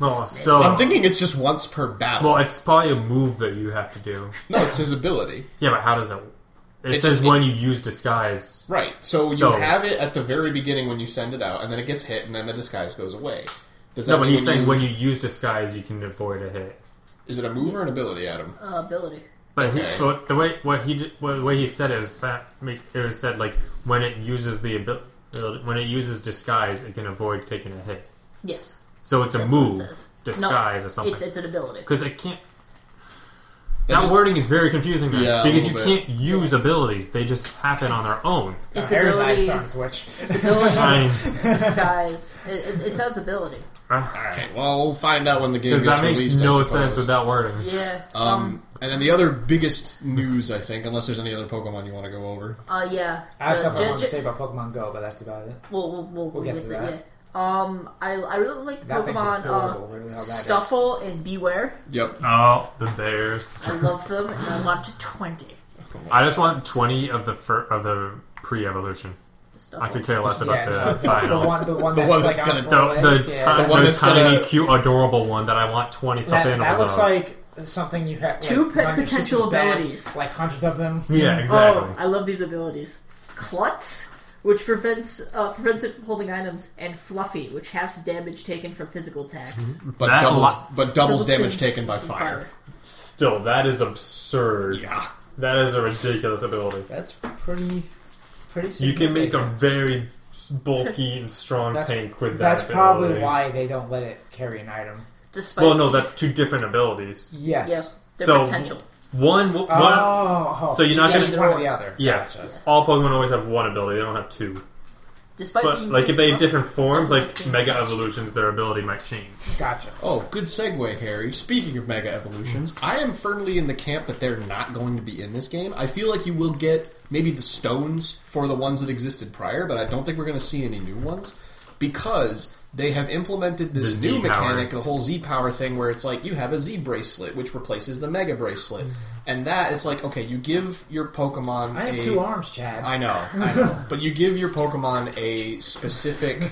Speaker 2: Well, still,
Speaker 1: I'm thinking it's just once per battle.
Speaker 2: Well, it's probably a move that you have to do.
Speaker 1: no, it's his ability.
Speaker 2: Yeah, but how does it? It,
Speaker 1: It
Speaker 2: says
Speaker 1: just-
Speaker 2: when you use disguise.
Speaker 1: Right. So you
Speaker 2: So-
Speaker 1: have it at the very beginning when you send it out, and then it gets hit, and then the disguise goes away. Does that
Speaker 2: No, but
Speaker 1: mean
Speaker 2: he's saying when you use disguise, you can avoid a hit.
Speaker 1: Is it a move or an ability, Adam?
Speaker 3: Uh, ability.
Speaker 2: But, he,
Speaker 1: Okay.
Speaker 2: but the way what he did- what, the way he said it is that make- it was said like when it uses the ability when it uses disguise, it can avoid taking a hit.
Speaker 3: Yes.
Speaker 2: So it's a
Speaker 3: That's what it
Speaker 2: move,
Speaker 3: says.
Speaker 2: disguise or
Speaker 3: It's,
Speaker 2: something.
Speaker 3: it's an ability.
Speaker 2: Because it can't.
Speaker 1: That's-
Speaker 2: That wording is very confusing then,
Speaker 1: Yeah, a
Speaker 2: because you
Speaker 1: little bit.
Speaker 2: can't use abilities; they just happen on their own.
Speaker 3: It's
Speaker 4: Hair's
Speaker 3: ability.
Speaker 4: Uh, nice on Twitch.
Speaker 3: ability
Speaker 2: I-
Speaker 3: disguise. It, it, it says ability.
Speaker 1: All right. Well, we'll find out when the game
Speaker 2: Because
Speaker 1: gets
Speaker 2: that makes
Speaker 1: released. I
Speaker 2: no
Speaker 1: suppose.
Speaker 2: sense with that wording.
Speaker 3: Yeah.
Speaker 1: Um, and then the other biggest news, I think, unless there's any other Pokemon you want to go over.
Speaker 3: Uh, yeah.
Speaker 4: I have
Speaker 3: Uh,
Speaker 4: something I
Speaker 3: ju-
Speaker 4: want to
Speaker 3: ju-
Speaker 4: say about Pokemon Go, but that's about it.
Speaker 3: We'll, we'll, we'll,
Speaker 4: We'll
Speaker 3: get,
Speaker 4: get
Speaker 3: to
Speaker 4: to
Speaker 3: that. Yeah. Um, I, I really like the
Speaker 4: That thing's
Speaker 3: Pokemon
Speaker 4: adorable, really, how
Speaker 3: uh,
Speaker 4: that is.
Speaker 3: Stuffle and Beware.
Speaker 1: Yep.
Speaker 2: Oh, the bears!
Speaker 3: I love them, and I want to twenty.
Speaker 2: I just want twenty of the fir- of the pre-evolution. I
Speaker 3: Stuffle.
Speaker 2: could care less about
Speaker 4: it's
Speaker 2: the
Speaker 4: not-
Speaker 2: final.
Speaker 4: the one, the one
Speaker 1: The
Speaker 4: that's
Speaker 1: one
Speaker 4: like
Speaker 1: that's
Speaker 4: on
Speaker 1: gonna-
Speaker 4: four
Speaker 2: the, the,
Speaker 4: legs, yeah.
Speaker 2: ti-
Speaker 1: The one
Speaker 2: the
Speaker 1: that's
Speaker 2: tiny,
Speaker 1: gonna-
Speaker 2: cute, adorable one that I want twenty
Speaker 4: that,
Speaker 2: something
Speaker 4: that
Speaker 2: animals
Speaker 4: looks
Speaker 2: of.
Speaker 4: like something you have like,
Speaker 3: Two
Speaker 4: was on your
Speaker 3: potential
Speaker 4: sister's bed,
Speaker 3: abilities.
Speaker 4: like hundreds of them.
Speaker 2: yeah,
Speaker 3: Oh,
Speaker 2: exactly.
Speaker 3: I love these abilities. Klutz, which prevents uh, prevents it from holding items, and Fluffy, which halves damage taken from physical attacks.
Speaker 1: But
Speaker 2: That
Speaker 1: doubles,
Speaker 2: lo-
Speaker 1: but doubles
Speaker 3: Doubles
Speaker 1: damage
Speaker 3: dam-
Speaker 1: taken by
Speaker 3: and
Speaker 1: fire.
Speaker 2: Still, that is absurd.
Speaker 1: Yeah.
Speaker 2: That is a ridiculous ability.
Speaker 4: That's pretty, pretty.
Speaker 2: You can make a very bulky and strong
Speaker 4: That's-
Speaker 2: tank with that.
Speaker 4: That's probably
Speaker 2: ability.
Speaker 4: why they don't let it carry an item.
Speaker 3: Despite
Speaker 2: Well, no, that's two different abilities.
Speaker 4: Yes.
Speaker 3: yeah, their
Speaker 2: So-
Speaker 3: potential.
Speaker 2: One, w- one.
Speaker 4: Oh,
Speaker 2: so you're not
Speaker 3: Yeah,
Speaker 2: gonna.
Speaker 3: either
Speaker 4: one or
Speaker 3: one.
Speaker 4: the other.
Speaker 2: Yes.
Speaker 3: Yes.
Speaker 2: all Pokemon always have one ability. They don't have two.
Speaker 3: Despite
Speaker 2: But
Speaker 3: being
Speaker 2: like if they
Speaker 3: picked
Speaker 2: have
Speaker 3: up-
Speaker 2: different forms,
Speaker 3: That's
Speaker 2: like
Speaker 3: what I think.
Speaker 2: mega evolutions, their ability might change.
Speaker 4: Gotcha.
Speaker 1: Oh, good segue, Harry. Speaking of mega evolutions,
Speaker 2: Mm-hmm.
Speaker 1: I am firmly in the camp that they're not going to be in this game. I feel like you will get maybe the stones for the ones that existed prior, but I don't think we're going to see any new ones because they have implemented this
Speaker 2: The Z
Speaker 1: new
Speaker 2: power.
Speaker 1: mechanic, the whole Z power thing, where it's like you have a Z bracelet which replaces the mega bracelet,
Speaker 2: Mm-hmm.
Speaker 1: and that it's like okay, you give your Pokemon.
Speaker 4: I have
Speaker 1: a-
Speaker 4: two arms, Chad.
Speaker 1: I know, I know. but you give your Pokemon a specific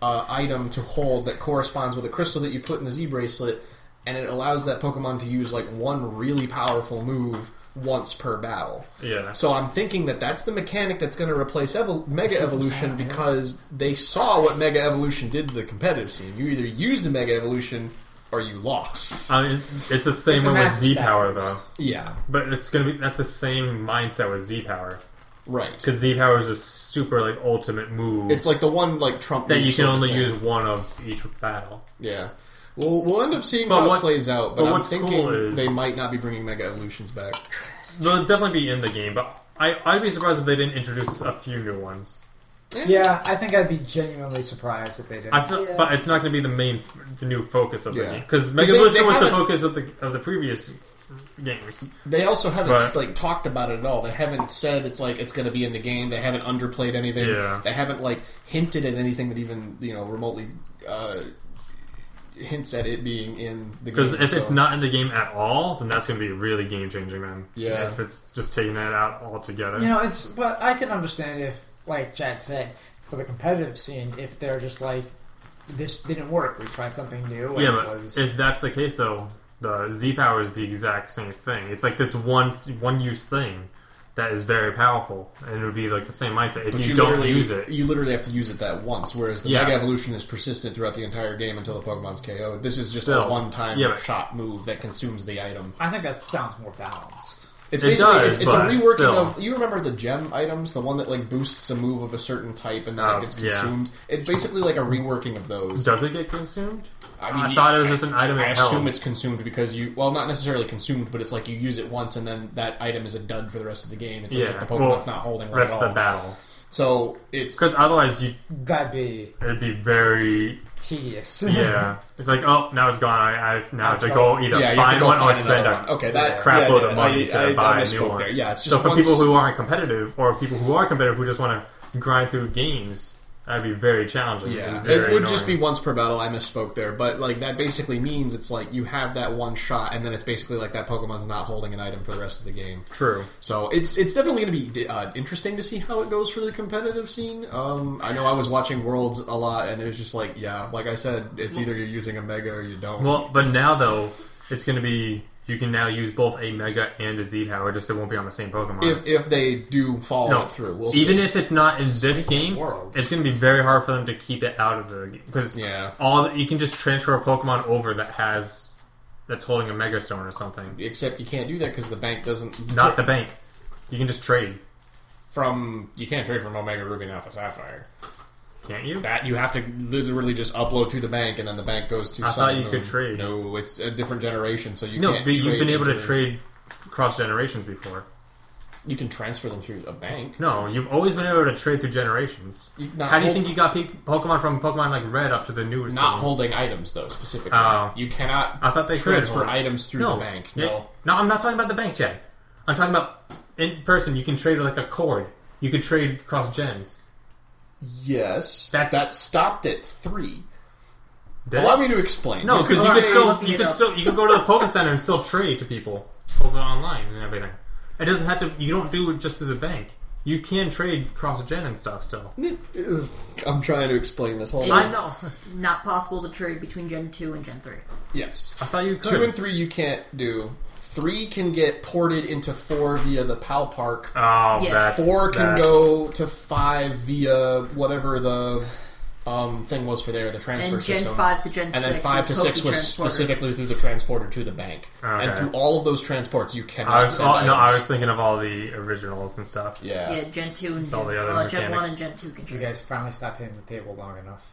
Speaker 1: uh, item to hold that corresponds with a crystal that you put in the Z bracelet, and it allows that Pokemon to use like one really powerful move once per battle.
Speaker 2: Yeah.
Speaker 1: So I'm thinking that that's the mechanic that's going to replace evol- Mega Evolution because they saw what Mega Evolution did to the competitive scene. You either used a Mega Evolution or you lost.
Speaker 2: I mean, it's the same
Speaker 4: It's a
Speaker 2: one with
Speaker 4: massive
Speaker 2: Z power though,
Speaker 4: sacrifice.
Speaker 1: Yeah,
Speaker 2: but it's gonna be that's the same mindset with Z power
Speaker 1: right.
Speaker 2: because Z power is a super like ultimate move
Speaker 1: It's like the one like Trump
Speaker 2: that
Speaker 1: move
Speaker 2: you can
Speaker 1: sort of
Speaker 2: only
Speaker 1: thing.
Speaker 2: use one of each battle.
Speaker 1: Yeah. We'll, we'll end up seeing
Speaker 2: But
Speaker 1: how it
Speaker 2: what's-
Speaker 1: plays out, but,
Speaker 2: but
Speaker 1: I'm
Speaker 2: what's
Speaker 1: thinking
Speaker 2: cool is-
Speaker 1: they might not be bringing Mega Evolutions back.
Speaker 2: They'll definitely be in the game, but I I'd be surprised if they didn't introduce a few new ones.
Speaker 4: yeah, I think I'd be genuinely surprised if they didn't.
Speaker 2: I feel,
Speaker 3: Yeah.
Speaker 2: but it's not going to be the main, the new focus of the
Speaker 1: Yeah.
Speaker 2: game because
Speaker 1: 'Cause
Speaker 2: Mega
Speaker 1: they-
Speaker 2: Evolution
Speaker 1: they
Speaker 2: was the
Speaker 1: haven't-
Speaker 2: focus of the of the previous games.
Speaker 1: They also haven't
Speaker 2: Right.
Speaker 1: like talked about it at all. They haven't said it's like it's going to be in the game. They haven't underplayed anything.
Speaker 2: Yeah.
Speaker 1: They haven't like hinted at anything that even you know remotely uh, hints at it being in the game.
Speaker 2: Because if it's
Speaker 1: so-
Speaker 2: not in the game at all, then that's going to be really game changing. Then
Speaker 1: Yeah.
Speaker 2: if it's just taking that out altogether,
Speaker 4: You know, it's but I can understand if, like Chad said, for the competitive scene, if they're just like, this didn't work. We tried something new. And
Speaker 2: yeah.
Speaker 4: it
Speaker 2: But
Speaker 4: was,
Speaker 2: if that's the case, though, the Z power is the exact same thing. It's like this one one use thing that is very powerful, and it would be like the same mindset if
Speaker 1: but
Speaker 2: you, don't
Speaker 1: literally-
Speaker 2: use it.
Speaker 1: You literally have to use it that once. Whereas the
Speaker 2: Yeah.
Speaker 1: Mega Evolution is persistent throughout the entire game until the Pokemon's KO. This is just a
Speaker 2: Still.
Speaker 1: one-time
Speaker 2: Yeah, but-
Speaker 1: shot move that consumes the item.
Speaker 4: I think that sounds more balanced.
Speaker 1: It's
Speaker 2: It
Speaker 1: basically
Speaker 2: does,
Speaker 1: it's, it's a
Speaker 2: but
Speaker 1: reworking
Speaker 2: still.
Speaker 1: of you remember the gem items, the one that like boosts a move of a certain type and then
Speaker 2: Oh,
Speaker 1: it gets
Speaker 2: yeah.
Speaker 1: consumed. It's basically like a reworking of those.
Speaker 2: Does it get consumed?
Speaker 1: I
Speaker 2: I,
Speaker 1: mean,
Speaker 2: thought it was just an item.
Speaker 1: I
Speaker 2: it
Speaker 1: assume
Speaker 2: held.
Speaker 1: it's consumed because you well not necessarily consumed, but it's like you use it once and then that item is a dud for the rest of the game. It's as if
Speaker 2: Yeah,
Speaker 1: the
Speaker 2: well,
Speaker 1: Pokemon's not holding one at
Speaker 2: rest of the
Speaker 1: all.
Speaker 2: battle.
Speaker 1: So it's
Speaker 2: Because otherwise, you
Speaker 4: That'd be
Speaker 2: it'd be very
Speaker 4: tedious.
Speaker 2: yeah. It's like oh, now it's gone. I, I now have to go either
Speaker 1: yeah, you have to
Speaker 2: find
Speaker 1: go
Speaker 2: one or
Speaker 1: find
Speaker 2: spend
Speaker 1: another
Speaker 2: a
Speaker 1: one. Okay, that
Speaker 2: crap
Speaker 1: yeah,
Speaker 2: load
Speaker 1: yeah,
Speaker 2: of money
Speaker 1: I,
Speaker 2: to
Speaker 1: I,
Speaker 2: buy
Speaker 1: I
Speaker 2: a new
Speaker 1: misspoke
Speaker 2: one.
Speaker 1: There. Yeah, it's just
Speaker 2: so for
Speaker 1: once-
Speaker 2: people who aren't competitive or people who are competitive who just want to grind through games, that'd be very challenging.
Speaker 1: Yeah,
Speaker 2: and
Speaker 1: it would
Speaker 2: very
Speaker 1: just be
Speaker 2: annoying.
Speaker 1: once per battle. I misspoke there, but like that basically means it's like you have that one shot, and then it's basically like that Pokemon's not holding an item for the rest of the game.
Speaker 2: true.
Speaker 1: So it's it's definitely going to be uh, interesting to see how it goes for the competitive scene. Um, I know I was watching Worlds a lot, and it was just like, yeah, like I said, it's either you're using a mega or you don't.
Speaker 2: Well, but now though, it's going to be you can now use both a mega and a Z power. Just it won't be on the same Pokemon.
Speaker 1: if if they do follow
Speaker 2: No,
Speaker 1: it through, we'll
Speaker 2: even
Speaker 1: see.
Speaker 2: if it's not in this
Speaker 4: Speaking
Speaker 2: game,
Speaker 4: of worlds.
Speaker 2: it's going to be very hard for them to keep it out of the game because
Speaker 1: Yeah.
Speaker 2: all you can just transfer a Pokemon over that has that's holding a Mega Stone or something.
Speaker 1: Except you can't do that because the bank doesn't
Speaker 2: Not the bank. You can just trade,
Speaker 1: from you can't trade from Omega Ruby and Alpha Sapphire.
Speaker 2: can't you?
Speaker 1: That you have to literally just upload to the bank, and then the bank goes to.
Speaker 2: I
Speaker 1: Sun
Speaker 2: thought
Speaker 1: and
Speaker 2: you could
Speaker 1: Moon.
Speaker 2: trade.
Speaker 1: No, it's a different generation, so you
Speaker 2: no,
Speaker 1: can't.
Speaker 2: but you've
Speaker 1: trade
Speaker 2: been able to
Speaker 1: into-
Speaker 2: trade cross generations before.
Speaker 1: You can transfer them through a bank.
Speaker 2: No, you've always been able to trade through generations.
Speaker 1: You- not
Speaker 2: How do you
Speaker 1: hold-
Speaker 2: think you got pe- Pokemon from Pokemon like Red up to the newest?
Speaker 1: Not
Speaker 2: ones?
Speaker 1: holding items though specifically.
Speaker 2: Oh.
Speaker 1: you cannot.
Speaker 2: I thought they could
Speaker 1: transfer
Speaker 2: hold.
Speaker 1: items through
Speaker 2: no.
Speaker 1: the bank.
Speaker 2: Yeah.
Speaker 1: No,
Speaker 2: no, I'm not talking about the bank, Jay. I'm talking about in person. You can trade like a cord. You could trade cross gens.
Speaker 1: yes,
Speaker 2: That's-
Speaker 1: that stopped at three.
Speaker 2: Did
Speaker 1: Allow me
Speaker 2: it?
Speaker 1: to explain.
Speaker 2: No, because you
Speaker 1: trade-
Speaker 2: could still
Speaker 4: looking
Speaker 2: you
Speaker 4: it
Speaker 2: could
Speaker 4: up.
Speaker 2: still you could go to the Poke Center and still trade to people over online and everything. It doesn't have to. You don't do it just through the bank. You can trade cross gen and stuff still.
Speaker 1: I'm trying to explain this whole.
Speaker 3: It
Speaker 2: I
Speaker 3: is
Speaker 2: know.
Speaker 3: Not possible to trade between Gen 2 and Gen 3.
Speaker 1: Yes,
Speaker 2: I thought you
Speaker 1: two and
Speaker 2: could.
Speaker 1: three you can't do. Three can get ported into four via the Pal Park.
Speaker 2: Oh,
Speaker 3: Yes.
Speaker 2: that's
Speaker 1: Four can
Speaker 2: that's-
Speaker 1: go to five via whatever the um, thing was for there, the transfer
Speaker 3: And Gen
Speaker 1: system.
Speaker 3: 5 to Gen 6.
Speaker 1: and then five to
Speaker 3: is
Speaker 1: six
Speaker 3: Poke
Speaker 1: was
Speaker 3: Transporter.
Speaker 1: specifically through the transporter to the bank.
Speaker 2: Okay.
Speaker 1: And through all of those transports, you cannot.
Speaker 2: I was,
Speaker 1: send
Speaker 2: oh, no, I
Speaker 1: items.
Speaker 2: was thinking of all the originals and stuff.
Speaker 3: Yeah, Gen 2 and Gen,
Speaker 2: All the other
Speaker 3: uh, Gen 1 and
Speaker 2: mechanics.
Speaker 3: Gen 2 can
Speaker 4: You
Speaker 3: trade.
Speaker 4: guys finally stopped hitting the table long enough.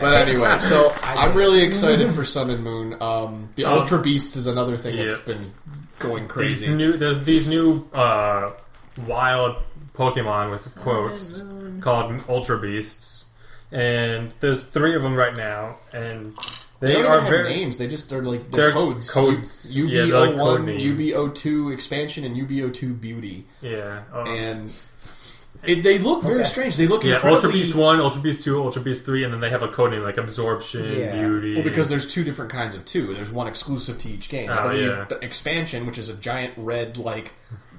Speaker 1: But anyway, so I'm
Speaker 4: did.
Speaker 1: really excited for Sun and Moon. Um, the
Speaker 2: Um,
Speaker 1: Ultra Beast is another thing that's
Speaker 2: yeah.
Speaker 1: been going
Speaker 2: These
Speaker 1: crazy.
Speaker 2: new, there's these new uh, wild Pokemon with quotes called Ultra Beasts, and there's three of them right now, and
Speaker 1: They,
Speaker 2: they,
Speaker 1: don't
Speaker 2: are
Speaker 1: even have
Speaker 2: very
Speaker 1: names. They just are like
Speaker 2: They're
Speaker 1: they're codes.
Speaker 2: codes.
Speaker 1: U-
Speaker 2: Yeah, they're like
Speaker 1: UB01,
Speaker 2: code names.
Speaker 1: UB02 expansion, and UB02 beauty.
Speaker 2: yeah. oh.
Speaker 1: And it, they look very
Speaker 4: Okay.
Speaker 1: strange. They look
Speaker 2: yeah,
Speaker 1: incredibly
Speaker 2: Ultra Beast One, Ultra Beast Two, Ultra Beast Three, and then they have a code name like Absorption,
Speaker 4: Yeah.
Speaker 2: Beauty.
Speaker 1: Well, because there's two different kinds of two. There's one exclusive to each game. I
Speaker 2: Oh,
Speaker 1: believe
Speaker 2: yeah.
Speaker 1: the expansion, which is a giant red like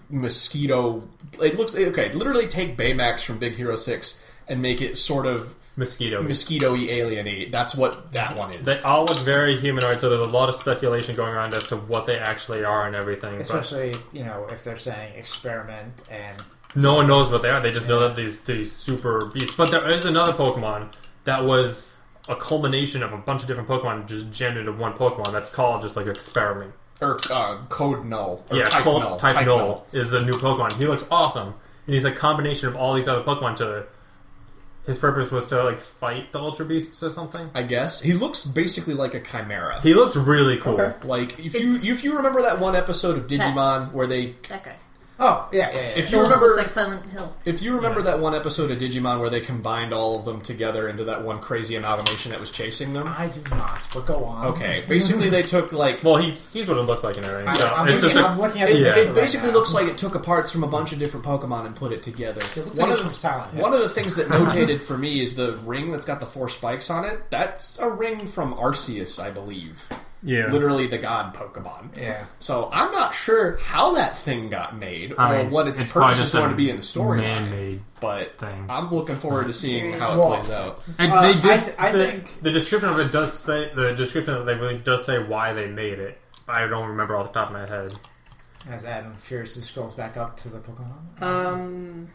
Speaker 1: mosquito. It looks okay. Literally take Baymax from Big Hero Six and make it sort of
Speaker 2: Mosquito.
Speaker 1: mosquito-y, alien-y. That's what that one is.
Speaker 2: they all look very humanoid, so there's a lot of speculation going around as to what they actually are and everything. But
Speaker 4: Especially, you know, if they're saying experiment and
Speaker 2: no one knows what they are. They just know that these these super beasts. But there is another Pokemon that was a culmination of a bunch of different Pokemon just jammed into one Pokemon. That's called just like Experiment.
Speaker 1: or uh, Code Null. Or
Speaker 2: yeah,
Speaker 1: Type
Speaker 2: Col-
Speaker 1: Null.
Speaker 2: Type Null is a new Pokemon. He looks awesome, and he's a combination of all these other Pokemon. To his purpose was to like fight the Ultra Beasts or something.
Speaker 1: I guess he looks basically like a chimera.
Speaker 2: He looks really cool.
Speaker 1: Like if
Speaker 3: It's-
Speaker 1: you if you remember that one episode of Digimon where they
Speaker 3: That guy.
Speaker 4: oh yeah, yeah, yeah.
Speaker 1: if
Speaker 3: He
Speaker 1: you
Speaker 3: looks
Speaker 1: remember
Speaker 3: like Silent Hill.
Speaker 1: If you remember that one episode of Digimon where they combined all of them together into that one crazy amalgamation that was chasing them.
Speaker 4: I do not, but go on.
Speaker 1: Okay, basically they took like
Speaker 2: Well, he sees what it looks like and everything. So
Speaker 4: I'm,
Speaker 2: it's
Speaker 4: looking,
Speaker 2: just a,
Speaker 4: I'm looking at
Speaker 1: it,
Speaker 4: the
Speaker 2: Yeah.
Speaker 4: picture
Speaker 1: it basically
Speaker 4: right now.
Speaker 1: looks like it took parts from a bunch of different Pokemon and put it together.
Speaker 4: It looks
Speaker 1: one
Speaker 4: like it's
Speaker 1: of
Speaker 4: from
Speaker 1: the,
Speaker 4: Silent Hill.
Speaker 1: one of the things that notated for me is the ring that's got the four spikes on it. That's a ring from Arceus, I believe.
Speaker 2: yeah.
Speaker 1: Literally the god Pokemon.
Speaker 4: Yeah.
Speaker 1: So I'm not sure how that thing got made or
Speaker 2: I mean,
Speaker 1: what its,
Speaker 2: it's probably
Speaker 1: purpose is
Speaker 2: just a
Speaker 1: going to be in the storyline.
Speaker 2: man-made
Speaker 1: But
Speaker 2: thing.
Speaker 1: I'm looking forward to seeing how it
Speaker 4: Well,
Speaker 1: plays out.
Speaker 2: And
Speaker 4: Uh,
Speaker 2: they did.
Speaker 4: I th- I
Speaker 2: the,
Speaker 4: think-
Speaker 2: the description of it does say the description that they released does say why they made it. But I don't remember off the top of my head.
Speaker 4: As Adam furiously scrolls back up to the Pokemon.
Speaker 3: Um,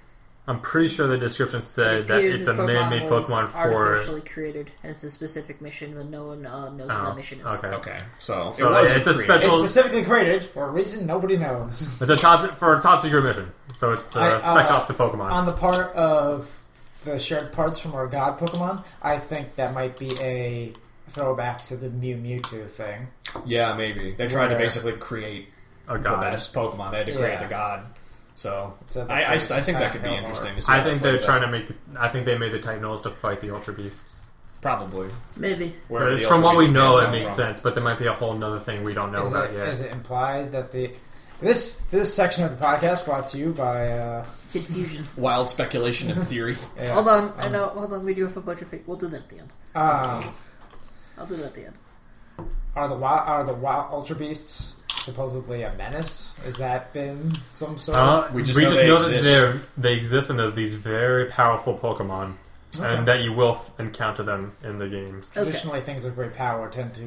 Speaker 2: I'm pretty sure the description said that it's a man-made Pokemon for.
Speaker 3: artificially created, and it's a specific mission, but no one uh, knows what
Speaker 2: Oh,
Speaker 3: that mission is.
Speaker 2: okay.
Speaker 1: Okay, so,
Speaker 2: So
Speaker 1: it was
Speaker 2: it's a
Speaker 1: created.
Speaker 2: special-
Speaker 4: It's
Speaker 2: Well-
Speaker 4: specifically created for a reason nobody knows.
Speaker 2: It's a top for a top secret mission. So it's the
Speaker 4: I, uh,
Speaker 2: Spec Ops to Pokemon.
Speaker 4: On the part of the shared parts from our god Pokemon, I think that might be a throwback to the Mew Mewtwo thing.
Speaker 1: Yeah, maybe they tried to
Speaker 4: Yeah.
Speaker 1: basically create
Speaker 2: a
Speaker 1: the
Speaker 2: Oh, god.
Speaker 1: best Pokemon. They had to create
Speaker 4: Yeah.
Speaker 1: the god. So,
Speaker 4: So
Speaker 1: I, I, I
Speaker 4: that's
Speaker 1: think that could be
Speaker 4: how it
Speaker 1: interesting. To
Speaker 4: works.
Speaker 1: see
Speaker 2: I
Speaker 1: how
Speaker 2: think
Speaker 1: it
Speaker 2: they're
Speaker 1: plays
Speaker 2: trying
Speaker 1: out.
Speaker 2: to make. The, I think they made the Titanols to fight the Ultra Beasts.
Speaker 1: probably.
Speaker 3: Maybe.
Speaker 1: Where
Speaker 2: It's
Speaker 1: the
Speaker 2: from what we
Speaker 1: Ultramarines
Speaker 2: know,
Speaker 1: stand
Speaker 2: it makes
Speaker 1: from.
Speaker 2: sense, but there might be a whole other thing we don't know
Speaker 4: Is
Speaker 2: about
Speaker 4: it,
Speaker 2: yet.
Speaker 4: is it implied that the this this section of the podcast brought to you by uh,
Speaker 3: Confusion.
Speaker 1: Wild speculation and theory.
Speaker 4: yeah,
Speaker 3: Hold on, I know. Hold on, we do have a bunch of. We'll do that at the end.
Speaker 4: um,
Speaker 3: I'll do that at the end.
Speaker 4: are the wild, are the wild Ultra Beasts supposedly a menace? Has that been some sort? of...
Speaker 2: Uh,
Speaker 1: We
Speaker 2: we
Speaker 1: just
Speaker 2: just,
Speaker 1: know they
Speaker 2: know, that
Speaker 1: exist.
Speaker 2: they're, they exist and they're these very powerful Pokemon,
Speaker 4: Okay.
Speaker 2: and that you will f- encounter them in the game.
Speaker 4: Traditionally, things of great power tend to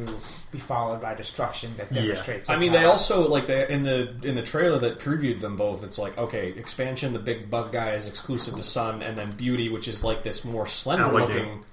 Speaker 4: be followed by destruction that
Speaker 2: Yeah.
Speaker 4: demonstrates.
Speaker 1: I
Speaker 4: their
Speaker 1: mean, they
Speaker 4: power.
Speaker 1: also like they in the in the trailer that previewed them both. It's like okay, expansion. The big bug guy is exclusive to Sun, and then Beauty, which is like this more slender looking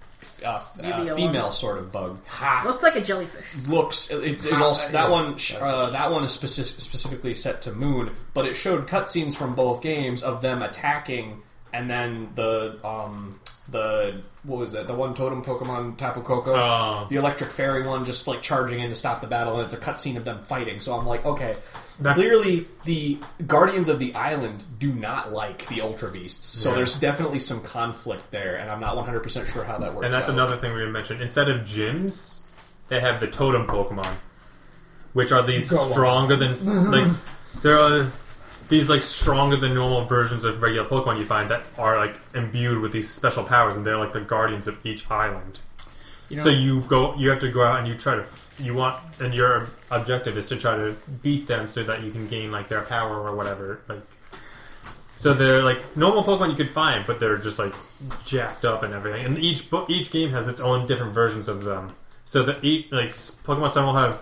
Speaker 1: uh, f-
Speaker 3: Maybe
Speaker 1: uh,
Speaker 3: a
Speaker 1: female
Speaker 3: woman.
Speaker 1: sort of bug.
Speaker 4: Ha!
Speaker 3: Looks like a jellyfish.
Speaker 1: looks. It, it, there's
Speaker 4: Ah,
Speaker 1: also
Speaker 4: yeah.
Speaker 1: that one. sh- Uh, that one is speci- specifically set to Moon, but it showed cutscenes from both games of them attacking, and then the um the what was that? The one totem Pokemon Tapu Koko,
Speaker 2: Oh.
Speaker 1: the electric fairy one, just like charging in to stop the battle, and it's a cutscene of them fighting. So I'm like, okay.
Speaker 2: That's-
Speaker 1: Clearly, the guardians of the island do not like the ultra beasts, so
Speaker 2: Yeah.
Speaker 1: there's definitely some conflict there, and I'm not 100 percent sure how that works.
Speaker 2: And that's
Speaker 1: out.
Speaker 2: another thing we didn't mention. Instead of gyms, they have the totem Pokemon, which are these
Speaker 4: Go on.
Speaker 2: stronger than like there are these like stronger than normal versions of regular Pokemon you find that are like imbued with these special powers, and they're like the guardians of each island.
Speaker 4: You know-
Speaker 2: so you go, you have to go out and you try to you want, and your objective is to try to beat them so that you can gain like their power or whatever. Like, so they're like normal Pokemon you could find, but they're just like jacked up and everything. And each bo- each game has its own different versions of them. So the each like s- Pokemon Sun will have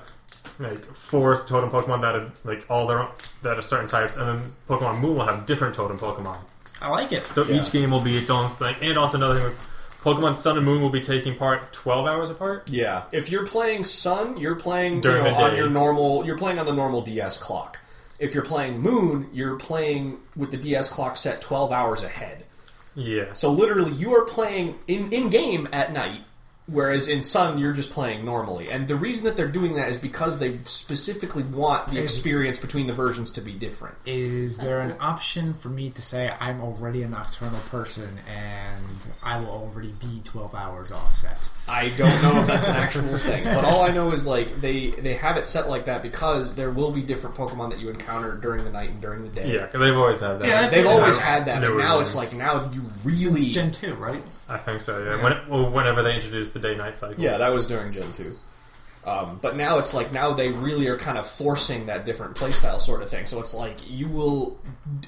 Speaker 2: like forest totem Pokemon that are like all their own, that are certain types, and then Pokemon Moon will have different totem Pokemon.
Speaker 4: I like it.
Speaker 2: So
Speaker 1: Yeah.
Speaker 2: each game will be its own thing. And also another thing, Pokemon Sun and Moon will be taking part twelve hours apart.
Speaker 1: Yeah. If you're playing Sun, you're playing you
Speaker 2: During
Speaker 1: know,
Speaker 2: the
Speaker 1: on
Speaker 2: day.
Speaker 1: your normal. You're playing on the normal DS clock. If you're playing Moon, you're playing with the DS clock set 12 hours ahead.
Speaker 2: Yeah.
Speaker 1: So literally, you are playing in in game at night, Whereas in Sun, you're just playing normally. And the reason that they're doing that is because they specifically want the experience between the versions to be different.
Speaker 4: Is there an option for me to say I'm already a nocturnal person and I will already be 12 hours offset?
Speaker 1: I don't know if that's an actual thing, but all I know is like they they have it set like that because there will be different Pokemon that you encounter during the night and during the day.
Speaker 2: Yeah, 'cause they've always had that.
Speaker 4: Yeah,
Speaker 1: They've
Speaker 4: Yeah.
Speaker 1: always had that,
Speaker 2: No
Speaker 1: but now it's
Speaker 2: reasons.
Speaker 1: like now you
Speaker 4: Since
Speaker 1: really
Speaker 4: Gen 2, right?
Speaker 2: I think so. Yeah, When, well, whenever they introduced the day-night cycles.
Speaker 1: Yeah, that was during Gen 2. Um, but now it's like now they really are kind of forcing that different playstyle sort of thing. So it's like you will,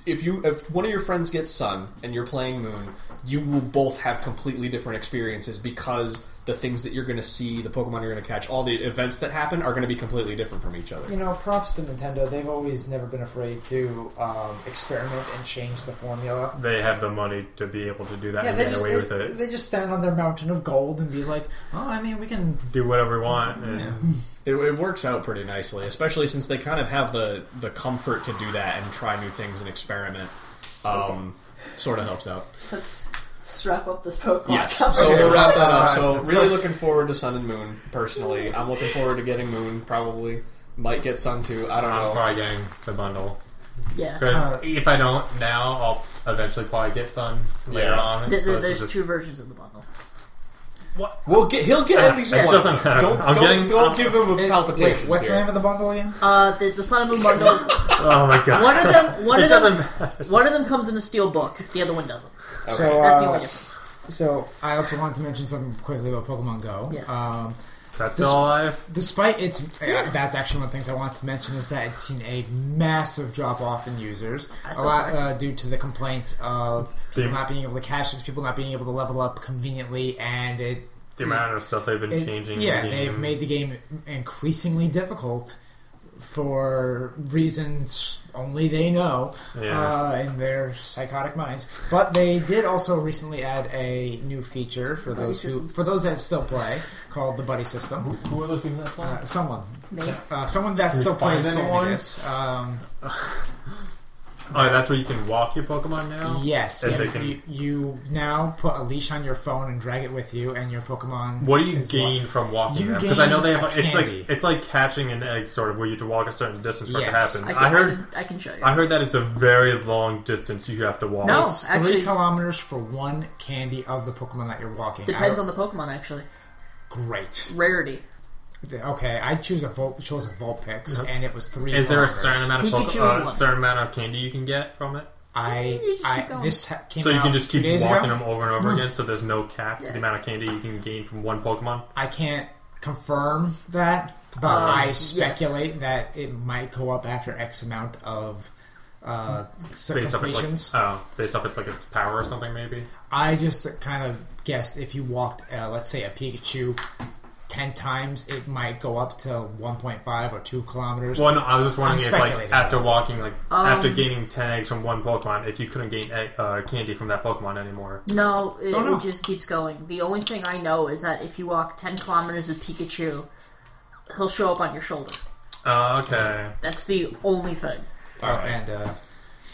Speaker 1: if you if one of your friends gets Sun and you're playing Moon, you will both have completely different experiences because the things that you're going to see, the Pokemon you're going to catch, all the events that happen are going to be completely different from each other.
Speaker 4: You know, props to Nintendo. They've always never been afraid to um, experiment and change the formula.
Speaker 2: they have the money to be able to do that
Speaker 4: Yeah,
Speaker 2: and
Speaker 4: they
Speaker 2: get
Speaker 4: just
Speaker 2: away
Speaker 4: they,
Speaker 2: with it.
Speaker 4: they just stand on their mountain of gold and be like, "Oh, I mean, we can."
Speaker 2: do whatever we want. And
Speaker 1: It, it works out pretty nicely, especially since they kind of have the the comfort to do that and try new things and experiment. Um, sort of helps out.
Speaker 5: Let's, let's wrap up this Pokemon
Speaker 1: Yes. So
Speaker 5: conversation.
Speaker 1: we'll wrap that up. So
Speaker 4: Alright.
Speaker 1: really looking forward to Sun and Moon personally. I'm looking forward to getting Moon probably. Might get Sun too. I don't
Speaker 2: I'm
Speaker 1: know.
Speaker 2: probably getting the bundle
Speaker 3: Yeah.
Speaker 2: because
Speaker 4: Uh,
Speaker 2: if I don't now, I'll eventually probably get some later
Speaker 1: Yeah.
Speaker 2: on.
Speaker 3: There's,
Speaker 2: So this
Speaker 3: there's
Speaker 2: is just-
Speaker 3: two versions of the bundle.
Speaker 2: What?
Speaker 1: We'll get. He'll get at least
Speaker 2: It
Speaker 1: one.
Speaker 2: doesn't matter.
Speaker 1: Don't
Speaker 2: I'm
Speaker 1: don't,
Speaker 2: getting-
Speaker 1: don't
Speaker 2: I'm-
Speaker 1: give him a palpitation.
Speaker 4: Wait, what's the name of the bundle again?
Speaker 3: Uh, there's the Sun and Moon bundle.
Speaker 2: Oh my god!
Speaker 3: One of them, one
Speaker 2: It
Speaker 3: of
Speaker 2: doesn't
Speaker 3: them,
Speaker 2: matter.
Speaker 3: one of them comes in a steel book. The other one doesn't.
Speaker 4: So,
Speaker 3: That's the
Speaker 4: uh,
Speaker 3: only difference.
Speaker 4: so I also wanted to mention something quickly about Pokemon Go.
Speaker 3: Yes.
Speaker 4: Um,
Speaker 2: That's
Speaker 4: This-
Speaker 2: all I have.
Speaker 4: despite its uh, that's actually one of the things I wanted to mention is that it's seen a massive drop off in users, a
Speaker 3: saw
Speaker 4: lot uh, due to the complaints of people
Speaker 2: The-
Speaker 4: not being able to cash it, people not being able to level up conveniently, and it.
Speaker 2: The amount of stuff they've been
Speaker 4: it-
Speaker 2: changing.
Speaker 4: yeah,
Speaker 2: in the
Speaker 4: they've
Speaker 2: game.
Speaker 4: made the game increasingly difficult for reasons only they know
Speaker 2: Yeah.
Speaker 4: uh, in their psychotic minds. But they did also recently add a new feature for those who, for those that still play, called the buddy system.
Speaker 2: Who are those people that play?
Speaker 4: Uh, someone.
Speaker 3: Me.
Speaker 4: Uh, someone that still
Speaker 2: find
Speaker 4: plays told
Speaker 2: anyone?
Speaker 4: me this. Um,
Speaker 2: oh, that's where you can walk your Pokemon now.
Speaker 4: yes,
Speaker 2: If
Speaker 4: yes.
Speaker 2: Oh. they can-
Speaker 4: You, you now put a leash on your phone and drag it with you, and your Pokemon.
Speaker 2: What do you
Speaker 4: is
Speaker 2: gain
Speaker 4: wa-
Speaker 2: from walking
Speaker 4: You
Speaker 2: them? Because I know they
Speaker 4: gain
Speaker 2: have.
Speaker 4: a
Speaker 2: It's
Speaker 4: candy.
Speaker 2: like it's like catching an egg, sort of, where you have to walk a certain distance for
Speaker 4: Yes.
Speaker 2: it to
Speaker 3: I
Speaker 2: happen.
Speaker 3: can,
Speaker 2: I, heard.
Speaker 3: I can, I can show you.
Speaker 2: I heard that it's a very long distance you have to walk.
Speaker 3: No.
Speaker 4: It's
Speaker 3: Actually-
Speaker 4: three kilometers for one candy of the Pokemon that you're walking.
Speaker 3: Depends
Speaker 4: I-
Speaker 3: on the Pokemon, actually.
Speaker 4: great.
Speaker 3: Rarity.
Speaker 4: Okay, I choose a Vol- chose a Vulpix, and it was three.
Speaker 2: Is there a
Speaker 4: kilometers.
Speaker 2: certain amount of
Speaker 3: He could
Speaker 2: Poke-
Speaker 3: choose
Speaker 2: uh,
Speaker 3: one.
Speaker 2: certain amount of candy you can get from it?
Speaker 4: I,
Speaker 3: You just keep
Speaker 4: I
Speaker 3: going.
Speaker 4: this ha- came
Speaker 2: So you
Speaker 4: out
Speaker 2: can just
Speaker 4: two
Speaker 2: keep
Speaker 4: days
Speaker 2: walking
Speaker 4: ago.
Speaker 2: them over and over again, so there's no cap to
Speaker 3: Yeah.
Speaker 2: the amount of candy you can gain from one Pokemon.
Speaker 4: I can't confirm that, but
Speaker 3: Um,
Speaker 4: I
Speaker 3: yes.
Speaker 4: speculate that it might go up after X amount of uh, s-
Speaker 2: Based off its like,
Speaker 4: completions.
Speaker 2: oh, based off its like a power or something, maybe.
Speaker 4: I just kind of guessed if you walked, uh, let's say, a Pikachu ten times, it might go up to 1.5 or two kilometers.
Speaker 2: Well, no, I was just wondering
Speaker 4: I'm
Speaker 2: if like
Speaker 4: speculating.
Speaker 2: after walking, like
Speaker 3: Um,
Speaker 2: after gaining ten eggs from one Pokemon, if you couldn't gain egg, uh, candy from that Pokemon anymore.
Speaker 3: No, it,
Speaker 4: Oh, no.
Speaker 3: it just keeps going. The only thing I know is that if you walk 10 kilometers with Pikachu, he'll show up on your shoulder.
Speaker 2: Oh, okay.
Speaker 3: That's the only thing.
Speaker 4: Oh, and uh,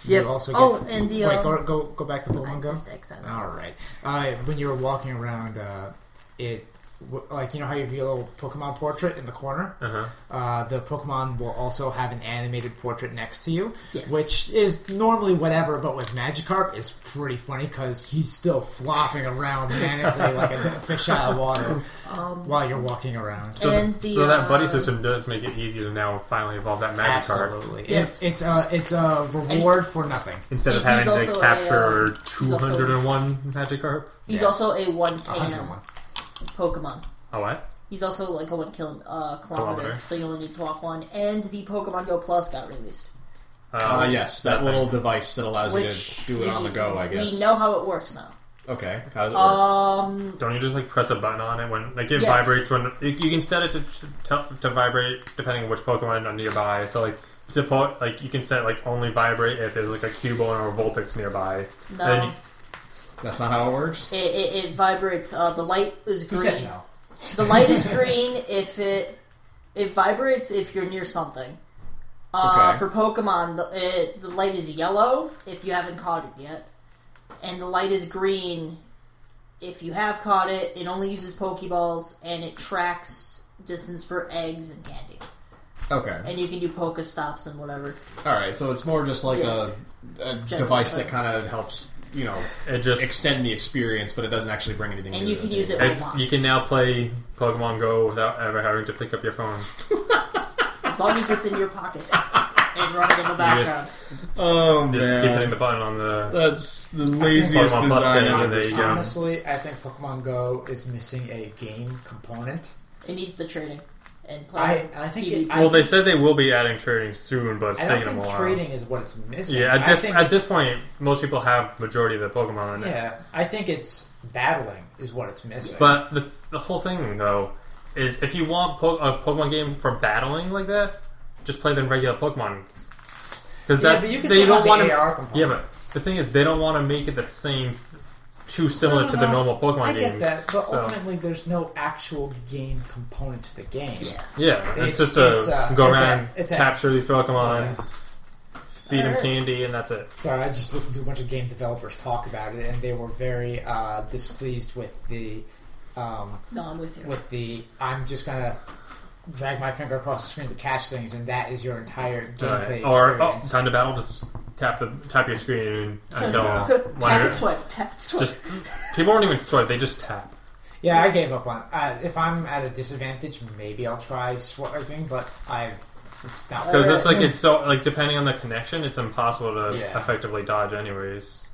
Speaker 3: Yep.
Speaker 4: you also get,
Speaker 3: Oh, and the,
Speaker 4: wait,
Speaker 3: um,
Speaker 4: go, go go back to Pokemon
Speaker 3: I
Speaker 4: Go.
Speaker 3: just exit.
Speaker 4: All right. Uh, when you were walking around, uh, it w- like you know how you have your little Pokemon portrait in the corner.
Speaker 2: Uh-huh.
Speaker 4: Uh, the Pokemon will also have an animated portrait next to you,
Speaker 3: Yes.
Speaker 4: which is normally whatever, but with Magikarp, it's pretty funny because he's still flopping around manically like a fish out of water
Speaker 3: Um,
Speaker 4: while you're walking around.
Speaker 2: So,
Speaker 3: And
Speaker 2: th-
Speaker 3: the,
Speaker 2: so that buddy
Speaker 3: uh,
Speaker 2: system does make it easier to now finally evolve that Magikarp
Speaker 4: Absolutely,
Speaker 3: Yes.
Speaker 4: it's it's a it's a reward for nothing.
Speaker 2: instead of
Speaker 3: And he's
Speaker 2: having to
Speaker 3: also a,
Speaker 2: capture
Speaker 3: uh,
Speaker 2: two hundred and one Magikarp.
Speaker 3: He's
Speaker 4: Yeah.
Speaker 3: also a 1
Speaker 4: A hundred
Speaker 3: km
Speaker 4: one.
Speaker 3: Pokemon.
Speaker 2: Oh what?
Speaker 3: He's also like a 1 kil- uh, kilometer,
Speaker 2: Kilometer.
Speaker 3: so you only need to walk one. And the Pokemon Go Plus got released.
Speaker 1: Uh, yes, that
Speaker 2: thing.
Speaker 1: little device that allows you to
Speaker 3: Which
Speaker 1: do it on the go. I guess.
Speaker 3: We know how it works now.
Speaker 1: Okay. How does it work?
Speaker 3: Um,
Speaker 2: Don't you just like press a button on it when like it
Speaker 3: Yes.
Speaker 2: vibrates when you you can set it to to, to vibrate depending on which Pokemon are nearby. So like to po- like you can set like only vibrate if there's like a Cubone or a Vulpix nearby. And
Speaker 3: no.
Speaker 2: then you-
Speaker 1: That's not how it works.
Speaker 3: It, it, it vibrates. Uh, the light is
Speaker 4: Who
Speaker 3: green.
Speaker 4: said no?
Speaker 3: The light is green if it it vibrates if you're near something. Uh,
Speaker 1: Okay.
Speaker 3: For Pokemon, the, it, the light is yellow if you haven't caught it yet, and the light is green If you have caught it, it only uses Pokeballs and it tracks distance for eggs and candy.
Speaker 1: Okay.
Speaker 3: And you can do Poke stops and whatever.
Speaker 1: All right, so it's more just like
Speaker 3: Yeah.
Speaker 1: a, a device that kind of helps, you know,
Speaker 2: It just
Speaker 1: extend the experience, but it doesn't actually bring anything.
Speaker 3: And
Speaker 1: new
Speaker 3: you
Speaker 1: to
Speaker 3: can
Speaker 1: the
Speaker 3: use
Speaker 1: table.
Speaker 3: it-
Speaker 2: it's, you can now play Pokemon Go without ever having to pick up your phone.
Speaker 3: As long as it's in your pocket and running in the background.
Speaker 1: Oh
Speaker 2: Just keep hitting
Speaker 1: man,
Speaker 2: the button on the.
Speaker 1: that's the laziest
Speaker 2: Pokemon Plus
Speaker 1: design
Speaker 2: did it,
Speaker 1: I've
Speaker 2: and
Speaker 1: ever
Speaker 2: they,
Speaker 1: seen.
Speaker 2: um,
Speaker 4: Honestly, I think Pokemon Go is missing a game component.
Speaker 3: It needs the trading and
Speaker 4: I,
Speaker 3: play.
Speaker 4: I think
Speaker 3: PvP.
Speaker 4: it, I
Speaker 2: Well, they
Speaker 4: think,
Speaker 2: said they will be adding trading soon, but it's
Speaker 4: I
Speaker 2: taking them
Speaker 4: don't
Speaker 2: a
Speaker 4: think
Speaker 2: while.
Speaker 4: trading is what it's missing.
Speaker 2: Yeah, at
Speaker 4: I
Speaker 2: this
Speaker 4: think
Speaker 2: at
Speaker 4: it's-
Speaker 2: this point, most people have majority of the Pokemon. in it.
Speaker 4: yeah, I think it's battling is what it's missing.
Speaker 2: But the, the whole thing though is if you want po- a Pokemon game for battling like that, just play the regular Pokemon. Because
Speaker 4: yeah,
Speaker 2: that
Speaker 4: but you can
Speaker 2: they
Speaker 4: still
Speaker 2: don't
Speaker 4: have
Speaker 2: want
Speaker 4: the
Speaker 2: to.
Speaker 4: AR component.
Speaker 2: Yeah, but the thing is, they don't want to make it the same, too similar
Speaker 4: No, no,
Speaker 2: to the
Speaker 4: no.
Speaker 2: normal Pokemon
Speaker 4: I
Speaker 2: games.
Speaker 4: get that, but
Speaker 2: so-
Speaker 4: ultimately, there's no actual game component to the game.
Speaker 3: yeah.
Speaker 2: yeah,
Speaker 4: it's-
Speaker 2: it's, just a
Speaker 4: it's a-
Speaker 2: go
Speaker 4: it's a-
Speaker 2: around,
Speaker 4: it's a-
Speaker 2: capture these Pokemon,
Speaker 4: Yeah.
Speaker 2: feed them candy, and that's it.
Speaker 4: Sorry, I just listened to a bunch of game developers talk about it, and they were very uh, displeased with the um,
Speaker 3: No, I'm with you.
Speaker 4: with the I'm just gonna drag my finger across the screen to catch things, and that is your entire gameplay
Speaker 2: Alright. Or oh,
Speaker 4: experience.
Speaker 2: time to battle, just tap the tap your screen and until
Speaker 4: Yeah.
Speaker 2: one
Speaker 5: Tap
Speaker 2: or-
Speaker 5: and swipe. Tap and swipe.
Speaker 2: just people don't even swipe; they just tap.
Speaker 4: yeah, I gave up on. Uh, if I'm at a disadvantage, maybe I'll try swiping, but I it's not
Speaker 2: Because
Speaker 4: worth
Speaker 2: it's
Speaker 4: it.
Speaker 2: like it's so like depending on the connection, it's impossible to
Speaker 4: Yeah.
Speaker 2: effectively dodge anyways.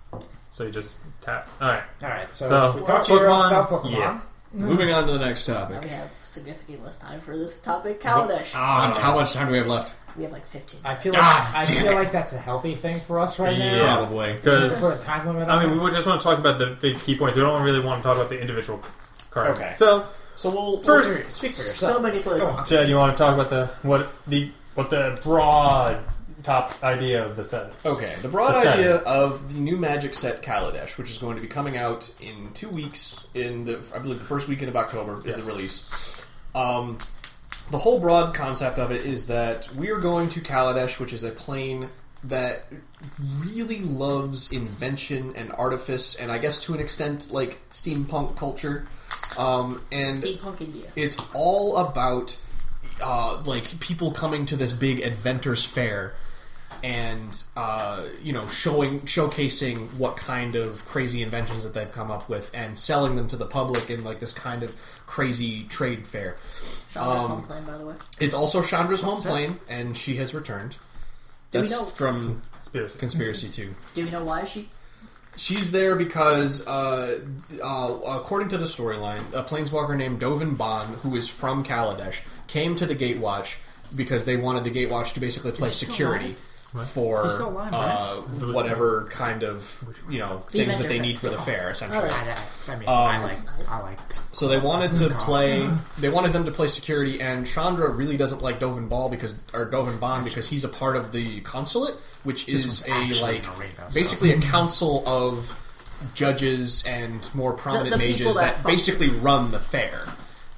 Speaker 2: So you just tap. All right,
Speaker 4: all right. So
Speaker 2: No.
Speaker 4: we talked to you
Speaker 2: Oh. Pokemon,
Speaker 4: about Pokemon.
Speaker 2: yeah.
Speaker 1: Moving on to the next topic.
Speaker 3: Now we have significantly less time for this topic. Kaladesh.
Speaker 1: Ah, how much time do we have left?
Speaker 3: We have like 15.
Speaker 4: I feel like
Speaker 1: God
Speaker 4: I
Speaker 1: damn
Speaker 4: feel
Speaker 1: it.
Speaker 4: like that's a healthy thing for us right now.
Speaker 2: Yeah.
Speaker 1: Probably.
Speaker 4: Put a
Speaker 2: because
Speaker 4: time limit. on
Speaker 2: I
Speaker 4: it.
Speaker 2: mean we would just want to talk about the big key points. We don't really want to talk about the individual cards.
Speaker 4: Okay.
Speaker 2: So
Speaker 4: So we'll
Speaker 2: First-
Speaker 4: speak for, speak for yourself.
Speaker 3: so many places.
Speaker 4: Go on.
Speaker 2: Jed, you want to talk about the what the what the broad top idea of the set?
Speaker 4: Oh.
Speaker 2: is?
Speaker 1: Okay, the broad
Speaker 2: The set.
Speaker 1: idea of the new Magic set Kaladesh, which is going to be coming out in two weeks, in the I believe the first weekend of October is
Speaker 2: Yes.
Speaker 1: the release. Um, the whole broad concept of it is that we are going to Kaladesh, which is a plane that really loves invention and artifice, and I guess to an extent like steampunk culture. Um, and
Speaker 3: Steampunk India.
Speaker 1: it's all about uh, like people coming to this big adventures fair and uh, you know showing showcasing what kind of crazy inventions that they've come up with and selling them to the public in like this kind of crazy trade fair
Speaker 3: Sean um, plan, by the way.
Speaker 1: it's also chandra's home
Speaker 4: that?
Speaker 1: plane and she has returned
Speaker 3: Do we
Speaker 1: that's
Speaker 3: know-
Speaker 1: from
Speaker 2: Conspiracy.
Speaker 1: conspiracy 2
Speaker 3: Do we know why she?
Speaker 1: She's there because, uh, uh, according to the storyline, a planeswalker named Dovin Bon, who is from Kaladesh, came to the Gatewatch because they wanted the Gatewatch to basically play
Speaker 4: he still
Speaker 1: security
Speaker 4: alive?
Speaker 1: for
Speaker 4: He's still alive,
Speaker 1: uh, whatever kind of you know things that they
Speaker 3: Avenger
Speaker 1: need for the fair, essentially.
Speaker 4: I, I
Speaker 2: Um,
Speaker 4: mean, I like.
Speaker 3: That's nice.
Speaker 4: I like.
Speaker 1: So they wanted to play. They wanted them to play security, and Chandra really doesn't like Dovin Ball because or Dovin Bond because he's a part of the consulate, which is
Speaker 4: was
Speaker 1: a
Speaker 4: actually
Speaker 1: like
Speaker 4: an arena, so-
Speaker 1: basically a council of judges and more prominent
Speaker 3: The- the people
Speaker 1: mages
Speaker 3: that
Speaker 1: that
Speaker 3: function.
Speaker 1: basically run the fair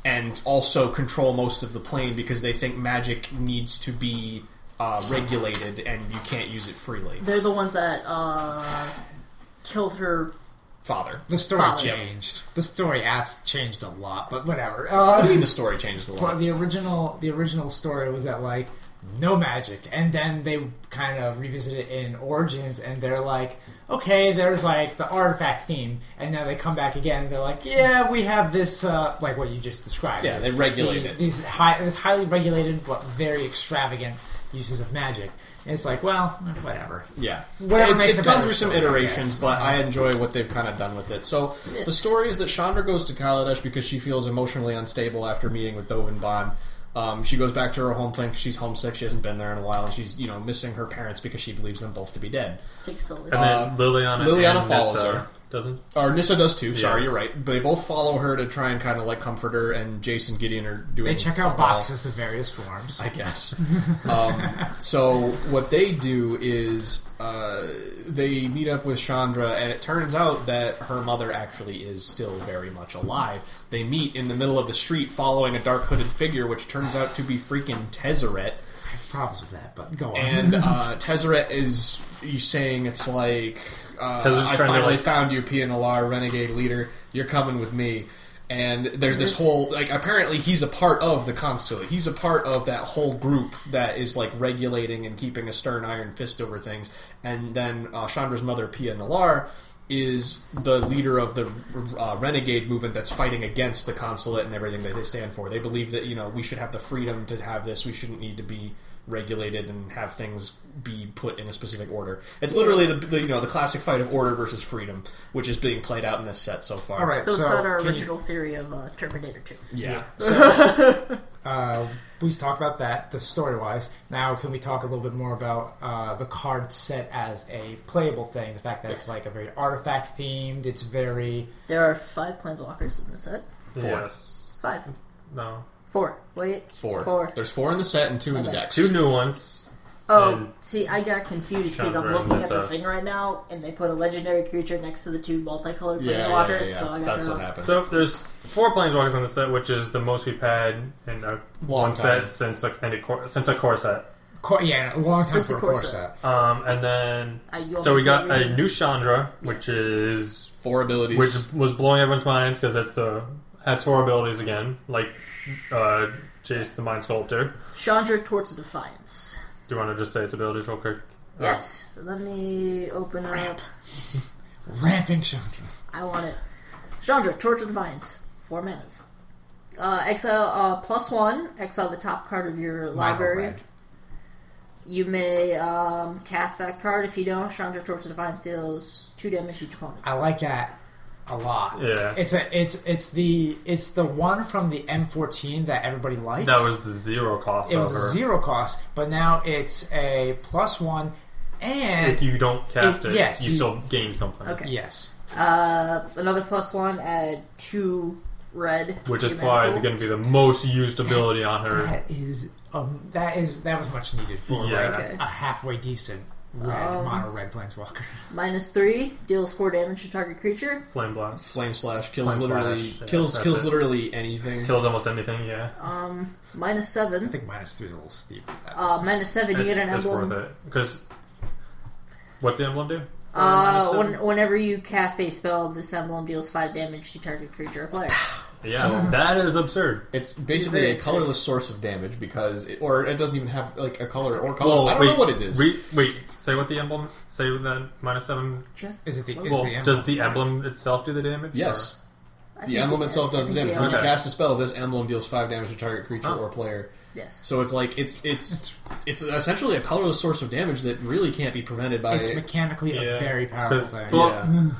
Speaker 1: and also control most of the plane because they think magic needs to be uh, regulated and you can't use it freely.
Speaker 3: They're the ones that uh, killed her.
Speaker 1: Father.
Speaker 4: The story
Speaker 3: Follow.
Speaker 4: changed. The story apps changed a lot, but whatever.
Speaker 1: I
Speaker 4: Uh,
Speaker 1: mean, the story changed a lot.
Speaker 4: well, the original, the original story was that like no magic, and then they kind of revisit it in Origins, and they're like, okay, there's like the artifact theme, and now they come back again. and They're like, yeah, we have this, uh, like what you just described.
Speaker 1: Yeah,
Speaker 4: This-
Speaker 1: they regulate
Speaker 4: the-
Speaker 1: it.
Speaker 4: These high, this highly regulated but very extravagant uses of magic. And it's like, well, whatever.
Speaker 1: Yeah,
Speaker 4: Whatever
Speaker 1: it's,
Speaker 4: makes
Speaker 1: it's
Speaker 4: a
Speaker 1: gone
Speaker 4: better
Speaker 1: through some
Speaker 4: story, I
Speaker 1: iterations,
Speaker 4: guess.
Speaker 1: but I enjoy what they've kind of done with it. So the story is that Chandra goes to Kaladesh because she feels emotionally unstable after meeting with Dovin Bon. Um, she goes back to her home plane because she's homesick. She hasn't been there in a while, and she's you know missing her parents because she believes them both to be dead.
Speaker 3: Takes the lead.
Speaker 2: and then Liliana,
Speaker 1: uh, Liliana
Speaker 2: and
Speaker 1: follows
Speaker 2: Nissa
Speaker 1: her.
Speaker 2: doesn't.
Speaker 1: Or Nissa does too. Sorry,
Speaker 2: Yeah.
Speaker 1: you're right. But they both follow her to try and kind of like comfort her. And Jason Gideon are doing.
Speaker 4: They check out
Speaker 1: fuck all.
Speaker 4: boxes of various forms.
Speaker 1: I guess. um, so what they do is uh, they meet up with Chandra, and it turns out that her mother actually is still very much alive. They meet in the middle of the street, following a dark hooded figure, which turns out to be freaking Tezzeret.
Speaker 4: problems with that, but go on.
Speaker 1: And uh, Tezzeret is you saying it's like uh,
Speaker 2: Tezzeret's
Speaker 1: I
Speaker 2: trying to,
Speaker 1: finally
Speaker 2: like-
Speaker 1: found you, PNLR renegade leader. You're coming with me. And there's this whole like apparently he's a part of the consulate. He's a part of that whole group that is like regulating and keeping a stern iron fist over things. And then uh, Chandra's mother Pia Nalar is the leader of the uh, renegade movement that's fighting against the consulate and everything that they stand for. They believe that you know we should have the freedom to have this. We shouldn't need to be regulated and have things be put in a specific order. It's literally the, the you know the classic fight of order versus freedom, which is being played out in this set so far.
Speaker 4: All right,
Speaker 3: So, it's not our
Speaker 4: can you-
Speaker 3: original theory of uh, Terminator 2.
Speaker 1: Yeah.
Speaker 4: So, uh, we talked about that, the story wise. Now, can we talk a little bit more about uh, the card set as a playable thing? The fact that it's like a very artifact themed, it's very.
Speaker 3: There are five Planeswalkers in the set.
Speaker 2: Yes.
Speaker 3: Five.
Speaker 2: No.
Speaker 3: Four. Wait.
Speaker 1: Four.
Speaker 3: Four.
Speaker 1: There's four in the set and two in the
Speaker 3: Okay.
Speaker 1: decks.
Speaker 2: Two new ones.
Speaker 3: Oh,
Speaker 2: And-
Speaker 3: see, I got confused because I'm
Speaker 2: Chandra
Speaker 3: looking
Speaker 2: and
Speaker 3: at the
Speaker 2: Lissa.
Speaker 3: thing right now, and they put a legendary creature next to the two multicolored
Speaker 1: Yeah, yeah,
Speaker 3: planeswalkers.
Speaker 1: yeah, yeah.
Speaker 3: So I got
Speaker 1: That's
Speaker 3: it
Speaker 1: what
Speaker 3: wrong.
Speaker 1: happens.
Speaker 2: So there's four planeswalkers on the set, which is the most we've had in a
Speaker 1: Long
Speaker 2: long
Speaker 1: time.
Speaker 2: set since a, and a core, since a core set.
Speaker 4: Cor- yeah, a long time
Speaker 3: It's a
Speaker 4: for a
Speaker 3: core
Speaker 4: core
Speaker 3: set.
Speaker 4: set.
Speaker 2: Um, and then
Speaker 3: I yelled
Speaker 2: so we
Speaker 3: at
Speaker 2: got
Speaker 3: Jerry.
Speaker 2: a new Chandra, which is
Speaker 1: four abilities.
Speaker 2: which was blowing everyone's minds because that's the has four abilities again, like uh, Jace the Mind Sculptor.
Speaker 3: Chandra Torts of Defiance.
Speaker 2: Do you want to just say its abilities real quick?
Speaker 3: Yes. Let me open up.
Speaker 4: Ramping Chandra.
Speaker 3: I want it. Chandra, Torch of the Vines. Four manas. Uh, exile uh, plus one. Exile the top card of your library.
Speaker 4: red.
Speaker 3: You may um, cast that card. If you don't, Chandra, Torch of the Vines deals two damage each opponent.
Speaker 4: I like that a lot.
Speaker 2: Yeah.
Speaker 4: It's a it's it's the it's the one from the M14 that everybody liked.
Speaker 2: That was the zero cost.
Speaker 4: it was
Speaker 2: over.
Speaker 4: a zero cost, but now it's a plus one, and
Speaker 2: If you don't cast
Speaker 4: If-
Speaker 2: it,
Speaker 4: yes,
Speaker 2: you,
Speaker 4: you-
Speaker 2: still gain something,
Speaker 3: Okay.
Speaker 4: yes,
Speaker 3: Uh, another plus one at two red.
Speaker 2: which is
Speaker 3: Two
Speaker 2: probably
Speaker 3: mana.
Speaker 2: going to be the most used ability on her.
Speaker 4: that is um that is that was much needed for
Speaker 2: Yeah.
Speaker 4: like
Speaker 3: Okay.
Speaker 4: a halfway decent red
Speaker 3: Um,
Speaker 4: mono red planeswalker.
Speaker 3: Minus three. Deals four damage to target creature.
Speaker 2: Flame blast
Speaker 1: flame slash kills
Speaker 2: Flame
Speaker 1: literally
Speaker 2: slash, yeah,
Speaker 1: kills
Speaker 2: that's
Speaker 1: kills
Speaker 2: it.
Speaker 1: literally anything.
Speaker 2: kills almost anything. Yeah,
Speaker 3: Um, minus
Speaker 4: I
Speaker 3: seven.
Speaker 4: think minus three is a little steep. for that.
Speaker 3: Uh, minus seven.
Speaker 2: it's,
Speaker 3: you get an
Speaker 2: it's
Speaker 3: emblem.
Speaker 2: worth it because what's the emblem do?
Speaker 3: Uh,
Speaker 2: Minus
Speaker 3: when,
Speaker 2: seven?
Speaker 3: whenever you cast a spell, this emblem deals five damage to target creature or player.
Speaker 2: yeah,
Speaker 1: So-
Speaker 2: that is absurd.
Speaker 1: It's basically
Speaker 3: very
Speaker 1: a colorless source of damage because, it, or it doesn't even have like a color or color.
Speaker 2: Well,
Speaker 1: Oh, I don't
Speaker 2: wait,
Speaker 1: know what it is.
Speaker 2: Re, wait, say what the emblem. Say the minus seven.
Speaker 3: Just
Speaker 4: Is it the-
Speaker 3: I
Speaker 4: is
Speaker 2: well,
Speaker 4: the emblem.
Speaker 2: does the emblem itself do the damage?
Speaker 1: yes,
Speaker 3: think
Speaker 1: the emblem itself does the
Speaker 3: I think
Speaker 1: damage. When you
Speaker 2: Okay.
Speaker 1: cast a spell, this emblem deals five damage to target creature
Speaker 2: Huh.
Speaker 1: or player.
Speaker 3: Yes.
Speaker 1: So it's like it's it's it's essentially a colorless source of damage that really can't be prevented by.
Speaker 4: it's mechanically
Speaker 2: Yeah.
Speaker 4: a very powerful
Speaker 2: Because
Speaker 4: thing.
Speaker 1: yeah,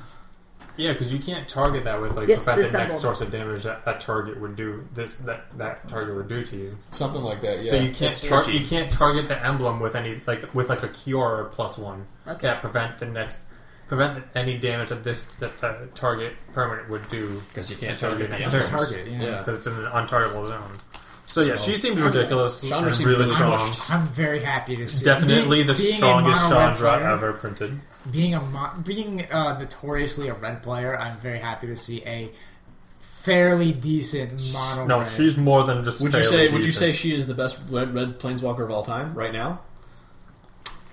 Speaker 2: yeah, because you can't target that with like
Speaker 3: Yes,
Speaker 2: the fact
Speaker 3: this
Speaker 2: that next
Speaker 3: emblem.
Speaker 2: source of damage that, that target would do this that that target would do to you.
Speaker 1: something like that. Yeah,
Speaker 2: so you can't
Speaker 1: It's
Speaker 2: tar-
Speaker 1: tricky.
Speaker 2: you can't target the emblem with any like with like a cure or a plus one
Speaker 3: Okay.
Speaker 2: that prevent the next prevent any damage that this that the target permanent would do
Speaker 1: 'Cause you can't
Speaker 2: until your
Speaker 1: target
Speaker 2: next
Speaker 1: the
Speaker 2: turn.
Speaker 1: emblem.
Speaker 4: Target, yeah.
Speaker 1: Yeah.
Speaker 2: because it's in an untargetable zone. So yeah,
Speaker 1: So-
Speaker 2: she seems ridiculous
Speaker 1: Chandra
Speaker 2: and
Speaker 1: seems
Speaker 2: really,
Speaker 1: really
Speaker 2: strong.
Speaker 1: strong.
Speaker 4: I'm very happy to see.
Speaker 2: Definitely
Speaker 4: being-
Speaker 2: the
Speaker 4: being a
Speaker 2: strongest
Speaker 4: mono red
Speaker 2: Chandra
Speaker 4: player-
Speaker 2: ever printed.
Speaker 4: Being a mo- being uh, notoriously a red player, I'm very happy to see a fairly decent mono.
Speaker 2: No,
Speaker 4: red.
Speaker 2: she's more than just.
Speaker 1: Would you
Speaker 2: fairly
Speaker 1: say? Would you say
Speaker 2: decent.
Speaker 1: she is the best red, red planeswalker of all time right now?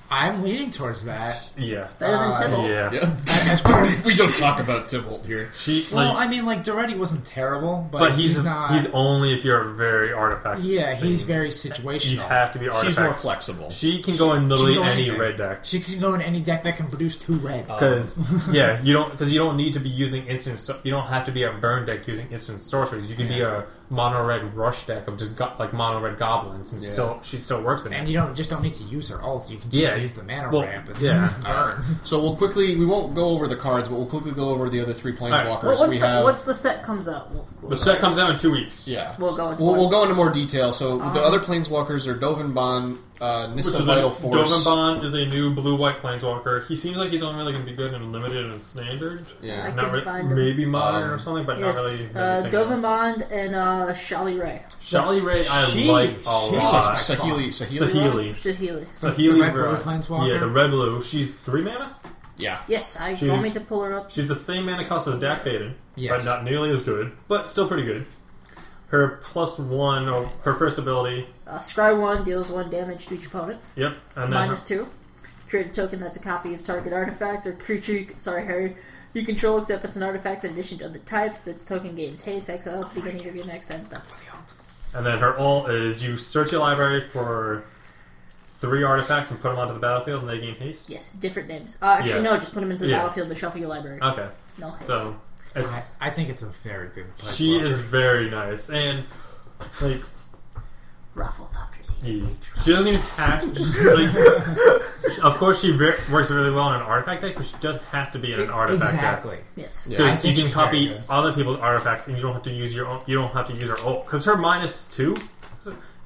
Speaker 4: I'm leaning towards that.
Speaker 2: Yeah.
Speaker 3: Better than
Speaker 4: Uh,
Speaker 3: Tibble.
Speaker 2: Ah, Yeah.
Speaker 1: Yeah.
Speaker 4: As far as-
Speaker 1: we don't talk about Tybalt here.
Speaker 2: She. Like,
Speaker 4: well, I mean, like Doretti wasn't terrible, but,
Speaker 2: but he's
Speaker 4: not.
Speaker 2: he's only if you're a very artifact.
Speaker 4: yeah, he's
Speaker 2: thing.
Speaker 4: very
Speaker 2: You
Speaker 4: situational.
Speaker 2: have to be artifact.
Speaker 1: She's more flexible.
Speaker 2: she can go
Speaker 4: She
Speaker 2: in
Speaker 4: can
Speaker 2: literally
Speaker 4: go
Speaker 2: any
Speaker 4: anything.
Speaker 2: red deck. Uh,
Speaker 4: She can go in any deck that can produce two red.
Speaker 2: Because yeah, you don't because you don't need to be using instant. sor- You don't have to be a burn deck using instant sorceries. You can be a mono red rush deck of just go, like mono red goblins, and
Speaker 1: Yeah.
Speaker 2: still she still works in
Speaker 4: and
Speaker 2: it.
Speaker 4: you don't just don't need to use her ult. You can just
Speaker 2: Yeah.
Speaker 4: use the mana
Speaker 2: Well,
Speaker 4: ramp. And
Speaker 2: yeah.
Speaker 1: So we'll quickly. We won't go over the cards, but we'll quickly go over the other three planeswalkers.
Speaker 3: Well, once
Speaker 1: we
Speaker 3: the,
Speaker 1: have.
Speaker 3: once the set comes out, we'll, we'll-
Speaker 2: The set comes out in two weeks.
Speaker 1: yeah,
Speaker 3: We'll go into Um,
Speaker 1: we'll,
Speaker 3: more.
Speaker 1: we'll go into more detail. So the other planeswalkers are Dovinbon, uh,
Speaker 2: Which
Speaker 1: Nissa
Speaker 2: is
Speaker 1: Vital
Speaker 2: a,
Speaker 1: Force.
Speaker 2: Dovahkiin is a new blue white planeswalker. He seems like he's only really going to be good in limited and standard.
Speaker 1: Yeah. I
Speaker 2: not
Speaker 3: can
Speaker 2: really-
Speaker 3: find him.
Speaker 2: maybe modern or
Speaker 1: Um,
Speaker 2: something, but
Speaker 3: yes.
Speaker 2: not really.
Speaker 3: uh,
Speaker 2: anything else.
Speaker 3: Dovahkiin and uh, Shali Ray.
Speaker 2: Shally Ray, I
Speaker 4: She-
Speaker 2: like a
Speaker 4: she-
Speaker 2: lot.
Speaker 4: She's
Speaker 1: Sahili, Sahili,
Speaker 2: Sahili.
Speaker 3: Shahili.
Speaker 2: Sahili
Speaker 4: The red blue
Speaker 2: Rai.
Speaker 4: planeswalker?
Speaker 2: Yeah, the red blue. She's three mana.
Speaker 1: Yeah,
Speaker 3: Yes, I
Speaker 2: She's-
Speaker 3: want me to pull her up.
Speaker 2: She's the same mana cost as Dak Faden,
Speaker 4: Yes.
Speaker 2: but not nearly as good, but still pretty good. Her plus one, or her first ability.
Speaker 3: Uh, Scry one deals one damage to each opponent.
Speaker 2: Yep, and then
Speaker 3: Minus two. Create a token that's a copy of target artifact or creature. You, sorry, Harry. You control except it's an artifact in addition to other types. That's token gains haste, exile at the beginning of your next end step.
Speaker 2: And then her ult is you search your library for three artifacts and put them onto the battlefield, and they gain haste.
Speaker 3: Yes, different names. Uh, actually,
Speaker 2: Yeah.
Speaker 3: no, just put them into the
Speaker 2: Yeah.
Speaker 3: battlefield to shuffle your library.
Speaker 2: Okay,
Speaker 3: no haste.
Speaker 2: so
Speaker 4: I,
Speaker 2: it's
Speaker 4: I think it's a very good place.
Speaker 2: she is very nice, and like
Speaker 3: Ruffle Thopters.
Speaker 2: Yeah. She doesn't even have to. Like, of course, she ver- works really well on an artifact deck, but she doesn't have to be in an artifact deck.
Speaker 4: E, Exactly.
Speaker 3: Yes.
Speaker 1: Yeah.
Speaker 4: I
Speaker 2: Because
Speaker 4: think
Speaker 2: you can
Speaker 4: she's very
Speaker 2: copy
Speaker 4: good.
Speaker 2: other people's artifacts, and you don't have to use your own. You don't have to use her ult because her minus two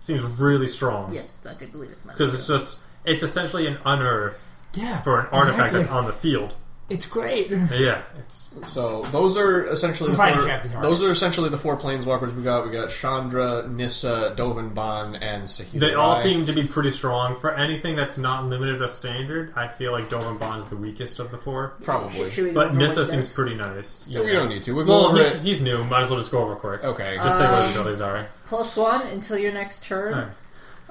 Speaker 2: seems really strong.
Speaker 3: Yes, I could believe it's my
Speaker 2: Because it's just it's essentially an unearth
Speaker 4: Yeah.
Speaker 2: for an artifact
Speaker 4: exactly.
Speaker 2: that's on the field.
Speaker 4: It's great.
Speaker 2: Yeah, it's
Speaker 1: So those are essentially the
Speaker 4: Provided
Speaker 1: four,
Speaker 4: you have the targets.
Speaker 1: those are essentially the four planeswalkers we got. We got Chandra, Nissa, Dovanban, and Sahirai.
Speaker 2: they all seem to be pretty strong for anything that's not limited to standard. I feel like Dolan Bond is the weakest of the four,
Speaker 1: probably.
Speaker 3: Should we go
Speaker 2: but
Speaker 3: over what
Speaker 2: Nissa
Speaker 3: he does?
Speaker 2: seems pretty nice.
Speaker 1: Yeah, we don't need to. We'll go
Speaker 2: Well,
Speaker 1: over
Speaker 2: he's,
Speaker 1: it.
Speaker 2: he's new. Might as well just go over quick.
Speaker 1: Okay.
Speaker 2: Just say what his abilities are.
Speaker 3: Plus one until your next turn.
Speaker 2: Alright.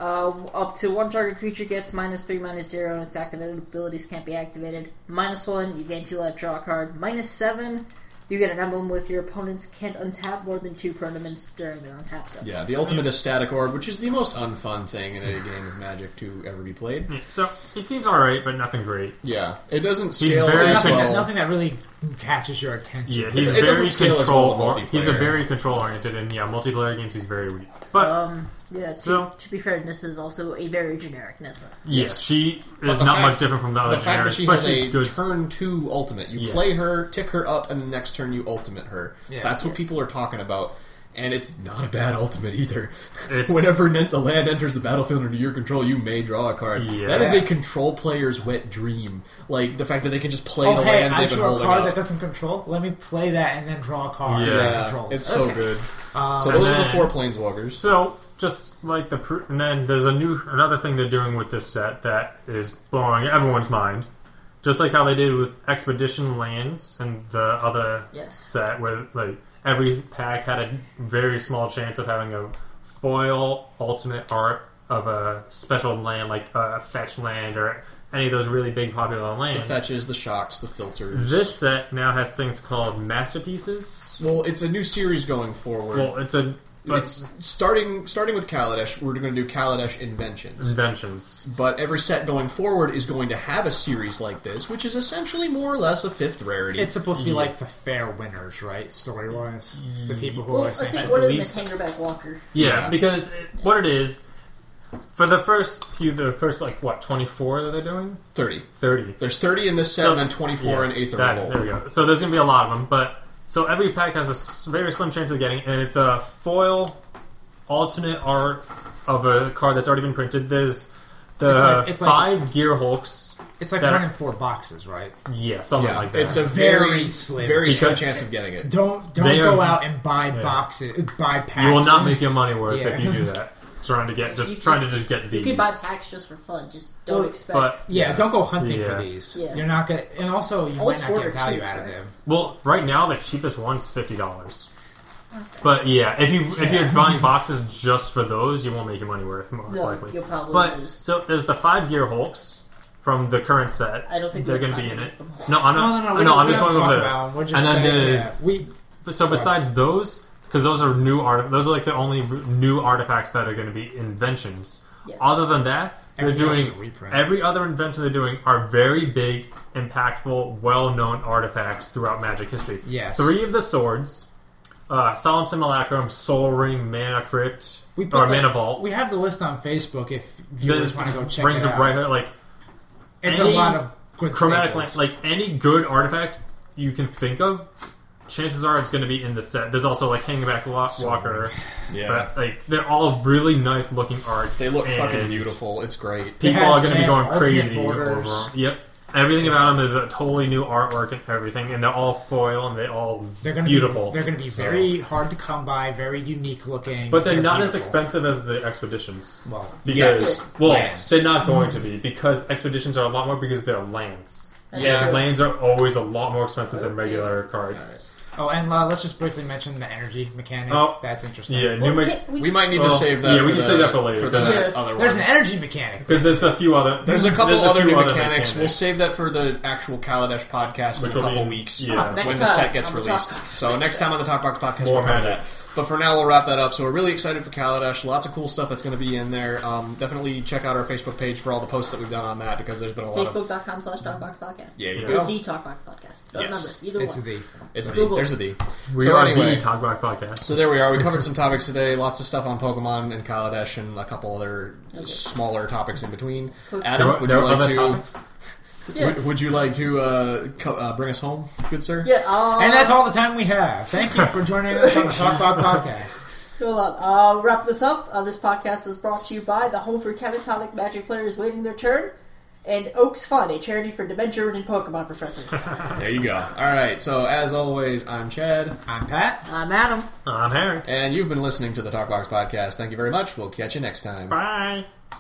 Speaker 3: Uh, up to one target creature gets minus three, minus zero, and its activated abilities can't be activated. Minus one, you gain two life, draw a card. Minus seven, you get an emblem with your opponents can't untap more than two permanents during their untap step.
Speaker 1: yeah, the ultimate is static orb, which is the most unfun thing in a game of Magic to ever be played.
Speaker 2: So he seems all right, but nothing great.
Speaker 1: Yeah, it doesn't scale
Speaker 2: very-
Speaker 1: as
Speaker 4: nothing,
Speaker 1: well.
Speaker 4: that, nothing that really catches your attention.
Speaker 2: Yeah, he's
Speaker 1: It doesn't
Speaker 2: very
Speaker 1: scale as
Speaker 2: control.
Speaker 1: well in multiplayer.
Speaker 2: he's a very control oriented, and yeah, multiplayer games he's very weak. But
Speaker 3: Yeah, so,
Speaker 2: So-
Speaker 3: to be fair, Nissa is also a very generic Nissa.
Speaker 2: yes, she is
Speaker 1: the
Speaker 2: not
Speaker 1: fact-
Speaker 2: much different from the other
Speaker 1: The fact that
Speaker 2: generics,
Speaker 1: she
Speaker 2: but
Speaker 1: has
Speaker 2: she's
Speaker 1: a
Speaker 2: good.
Speaker 1: turn two ultimate. You
Speaker 2: Yes.
Speaker 1: play her, tick her up, and the next turn you ultimate her.
Speaker 4: Yeah.
Speaker 1: That's what people are talking about. And it's not a bad ultimate either.
Speaker 2: It's-
Speaker 1: Whenever nen- the land enters the battlefield under your control, you may draw a card.
Speaker 2: Yeah.
Speaker 1: That is a control player's wet dream. Like the fact that they can just play
Speaker 4: Oh,
Speaker 1: the
Speaker 4: hey,
Speaker 1: lands
Speaker 4: I
Speaker 1: they've been
Speaker 4: drew a
Speaker 1: holding
Speaker 4: card
Speaker 1: up.
Speaker 4: that doesn't control. Let me play that and then draw a card
Speaker 2: Yeah.
Speaker 4: that
Speaker 1: yeah,
Speaker 4: controls. Um,
Speaker 1: it's so good. so
Speaker 2: and
Speaker 1: those are the
Speaker 2: then-
Speaker 1: four planeswalkers.
Speaker 2: So just like the pr- and then there's a new another thing they're doing with this set that is blowing everyone's mind. Just like how they did with Expedition Lands and the other
Speaker 3: Yes.
Speaker 2: set, where like every pack had a very small chance of having a foil ultimate art of a special land, like a fetch land or any of those really big popular lands.
Speaker 1: Fetches, the shocks, the filters.
Speaker 2: This set now has things called masterpieces.
Speaker 1: well, it's a new series going forward.
Speaker 2: Well, it's a but
Speaker 1: it's starting starting with Kaladesh. We're going to do Kaladesh inventions.
Speaker 2: inventions.
Speaker 1: But every set going forward is going to have a series like this, which is essentially more or less a fifth rarity.
Speaker 4: It's supposed to be like the fair winners, right? Story wise, the people who
Speaker 2: Oh,
Speaker 3: Well,
Speaker 4: are
Speaker 3: I think
Speaker 4: essentially
Speaker 3: one of them
Speaker 2: believe
Speaker 3: is Hangerback Walker.
Speaker 2: Yeah,
Speaker 1: Yeah.
Speaker 2: because it, what it is for the first few, the first like what twenty four that they're doing,
Speaker 1: thirty.
Speaker 2: thirty.
Speaker 1: There's thirty in this set,
Speaker 2: So-
Speaker 1: and then twenty-four
Speaker 2: Yeah,
Speaker 1: in Aether
Speaker 2: that-
Speaker 1: Revolt.
Speaker 2: There we go. So there's gonna be a lot of them, but so every pack has a s- very slim chance of getting, and it's a foil alternate art of a card that's already been printed. There's the
Speaker 4: It's like- it's like-
Speaker 2: five Gear Hulks.
Speaker 4: It's like
Speaker 2: that-
Speaker 4: running four boxes, right?
Speaker 2: Yeah, something
Speaker 1: Yeah,
Speaker 2: like that.
Speaker 1: it's a
Speaker 4: Very
Speaker 1: very,
Speaker 4: slim.
Speaker 1: very slim
Speaker 2: Because-
Speaker 1: chance of getting it.
Speaker 4: Don't don't
Speaker 2: They
Speaker 4: go
Speaker 2: are-
Speaker 4: out and buy boxes, uh, buy packs.
Speaker 2: you will not make your money worth
Speaker 4: Yeah.
Speaker 2: if you do that. Trying to get
Speaker 3: You
Speaker 2: just
Speaker 3: could-
Speaker 2: trying to just get
Speaker 3: You
Speaker 2: these.
Speaker 3: could buy packs just for fun, just don't
Speaker 4: Well,
Speaker 3: expect.
Speaker 2: but
Speaker 4: Yeah,
Speaker 1: Yeah.
Speaker 4: don't go hunting
Speaker 2: Yeah.
Speaker 4: for these.
Speaker 3: Yeah.
Speaker 4: You're not gonna, and also you might not
Speaker 3: order
Speaker 4: get value
Speaker 3: cheap,
Speaker 4: out of
Speaker 3: right?
Speaker 4: them.
Speaker 2: Well, right now the cheapest one's fifty dollars. But yeah, if you if you're buying boxes just for those, you won't make your money worth most
Speaker 3: No,
Speaker 2: likely.
Speaker 3: you'll probably
Speaker 2: but
Speaker 3: lose.
Speaker 2: so there's the five gear Hulks from the current set.
Speaker 3: I don't think
Speaker 2: they're
Speaker 3: we have
Speaker 2: going to be in
Speaker 3: time to
Speaker 2: it.
Speaker 3: list them all.
Speaker 2: No, I'm
Speaker 4: No,
Speaker 2: not.
Speaker 4: no, no. We
Speaker 2: no
Speaker 4: don't,
Speaker 2: I'm
Speaker 4: we
Speaker 2: just
Speaker 4: don't
Speaker 2: going
Speaker 4: talk
Speaker 2: over
Speaker 4: about them. We're
Speaker 2: there.
Speaker 4: just
Speaker 2: And then
Speaker 4: saying,
Speaker 2: there's
Speaker 4: yeah, we
Speaker 2: but so besides those, because those are new art, those are like the only r- new artifacts that are going to be inventions.
Speaker 3: Yes.
Speaker 2: Other than that, they're
Speaker 4: Everything else
Speaker 2: doing
Speaker 4: is a reprint.
Speaker 2: every other invention they're doing are very big, impactful, well-known artifacts throughout Magic history.
Speaker 4: Yes.
Speaker 2: three of the swords: uh, Solemn Simulacrum, Soul Ring, Mana Crypt,
Speaker 4: we
Speaker 2: or
Speaker 4: the,
Speaker 2: Mana Vault.
Speaker 4: We have the list on Facebook if viewers
Speaker 2: There's
Speaker 4: want to go check
Speaker 2: Rings
Speaker 4: it
Speaker 2: of
Speaker 4: out.
Speaker 2: Brighthood, like
Speaker 4: it's
Speaker 2: any
Speaker 4: a lot of good
Speaker 2: chromatic
Speaker 4: staples.
Speaker 2: land, like any good artifact you can think of. Chances are it's going to be in the set. There's also like Hanging Back Lo- Walker.
Speaker 1: Yeah,
Speaker 2: But like they're all really nice looking arts.
Speaker 1: they look
Speaker 2: and
Speaker 1: fucking beautiful. It's great.
Speaker 2: People
Speaker 4: They have-
Speaker 2: are going to
Speaker 4: they
Speaker 2: be going
Speaker 4: have alternate
Speaker 2: crazy
Speaker 4: borders.
Speaker 2: over 'em. Yep. Everything about them is a totally new artwork and everything, and they're all foil and they all
Speaker 4: they're gonna
Speaker 2: beautiful.
Speaker 4: Be, they're going to be very hard to come by, very unique looking.
Speaker 2: but they're, not as
Speaker 4: beautiful.
Speaker 2: expensive as the expeditions
Speaker 4: Well,
Speaker 2: because well
Speaker 4: Lands.
Speaker 2: they're not going to be because expeditions are a lot more because they're lands.
Speaker 3: That's
Speaker 2: And
Speaker 3: true.
Speaker 2: lands are always a lot more expensive than regular cards.
Speaker 4: Oh, and uh, let's just briefly mention the energy mechanic.
Speaker 2: Oh.
Speaker 4: That's interesting.
Speaker 2: Yeah, new me-
Speaker 3: Can we-
Speaker 1: We might need
Speaker 2: Well,
Speaker 1: to save that.
Speaker 2: yeah,
Speaker 1: for
Speaker 2: we can
Speaker 1: the-
Speaker 2: save that for later.
Speaker 1: the
Speaker 3: Yeah.
Speaker 1: other one.
Speaker 4: There's an energy mechanic.
Speaker 2: because there's a few other.
Speaker 1: There's a couple other new
Speaker 2: few
Speaker 1: mechanics. We'll save that for the actual Kaladesh podcast
Speaker 2: Which
Speaker 1: in a
Speaker 2: will be
Speaker 1: couple
Speaker 2: in-
Speaker 1: weeks
Speaker 2: yeah. Ah,
Speaker 1: when
Speaker 3: Uh, next
Speaker 1: the set
Speaker 3: time
Speaker 1: gets
Speaker 3: on the
Speaker 1: released.
Speaker 3: Talkbox.
Speaker 1: So next time on the Talk Box podcast, we'll
Speaker 2: More
Speaker 1: cover
Speaker 2: magic.
Speaker 1: that. But for now, we'll wrap that up. So we're really excited for Kaladesh. Lots of cool stuff that's going to be in there. Um, definitely check out our Facebook page for all the posts that we've done on that because there's been a lot of
Speaker 3: Facebook.com slash Talkbox Podcast.
Speaker 1: yeah. You
Speaker 2: Yeah.
Speaker 1: go.
Speaker 3: Or the Talkbox Podcast. Don't
Speaker 1: Yes.
Speaker 3: remember. Either
Speaker 4: It's
Speaker 3: one.
Speaker 4: the
Speaker 1: It's the,
Speaker 3: Google.
Speaker 1: there's a D.
Speaker 2: We
Speaker 1: so
Speaker 2: are
Speaker 1: anyway,
Speaker 2: the Talk Back Podcast.
Speaker 1: So there we are. We covered some topics today. Lots of stuff on Pokemon and Kaladesh and a couple other
Speaker 3: Okay.
Speaker 1: smaller topics in between.
Speaker 3: Cool.
Speaker 2: There
Speaker 1: Adam,
Speaker 2: were,
Speaker 1: would
Speaker 2: there
Speaker 1: you,
Speaker 2: were
Speaker 1: like
Speaker 2: other
Speaker 1: to,
Speaker 2: topics.
Speaker 3: Yeah.
Speaker 1: would, would you like to uh, co- uh, bring us home, good sir?
Speaker 3: Yeah, uh,
Speaker 4: And that's all the time we have. Thank you for joining us on the Talk Bob podcast.
Speaker 3: Hold on. Uh, we'll wrap this up. Uh, this podcast was brought to you by the Home for Catatonic Magic Players Waiting Their Turn and Oaks Fun, a charity for dementia-ridden Pokemon professors.
Speaker 1: There you go. All right. So as always, I'm Chad,
Speaker 4: I'm Pat.
Speaker 3: I'm Adam.
Speaker 2: I'm Harry.
Speaker 1: and you've been listening to the Talkbox Podcast. Thank you very much. We'll catch you next time.
Speaker 2: Bye.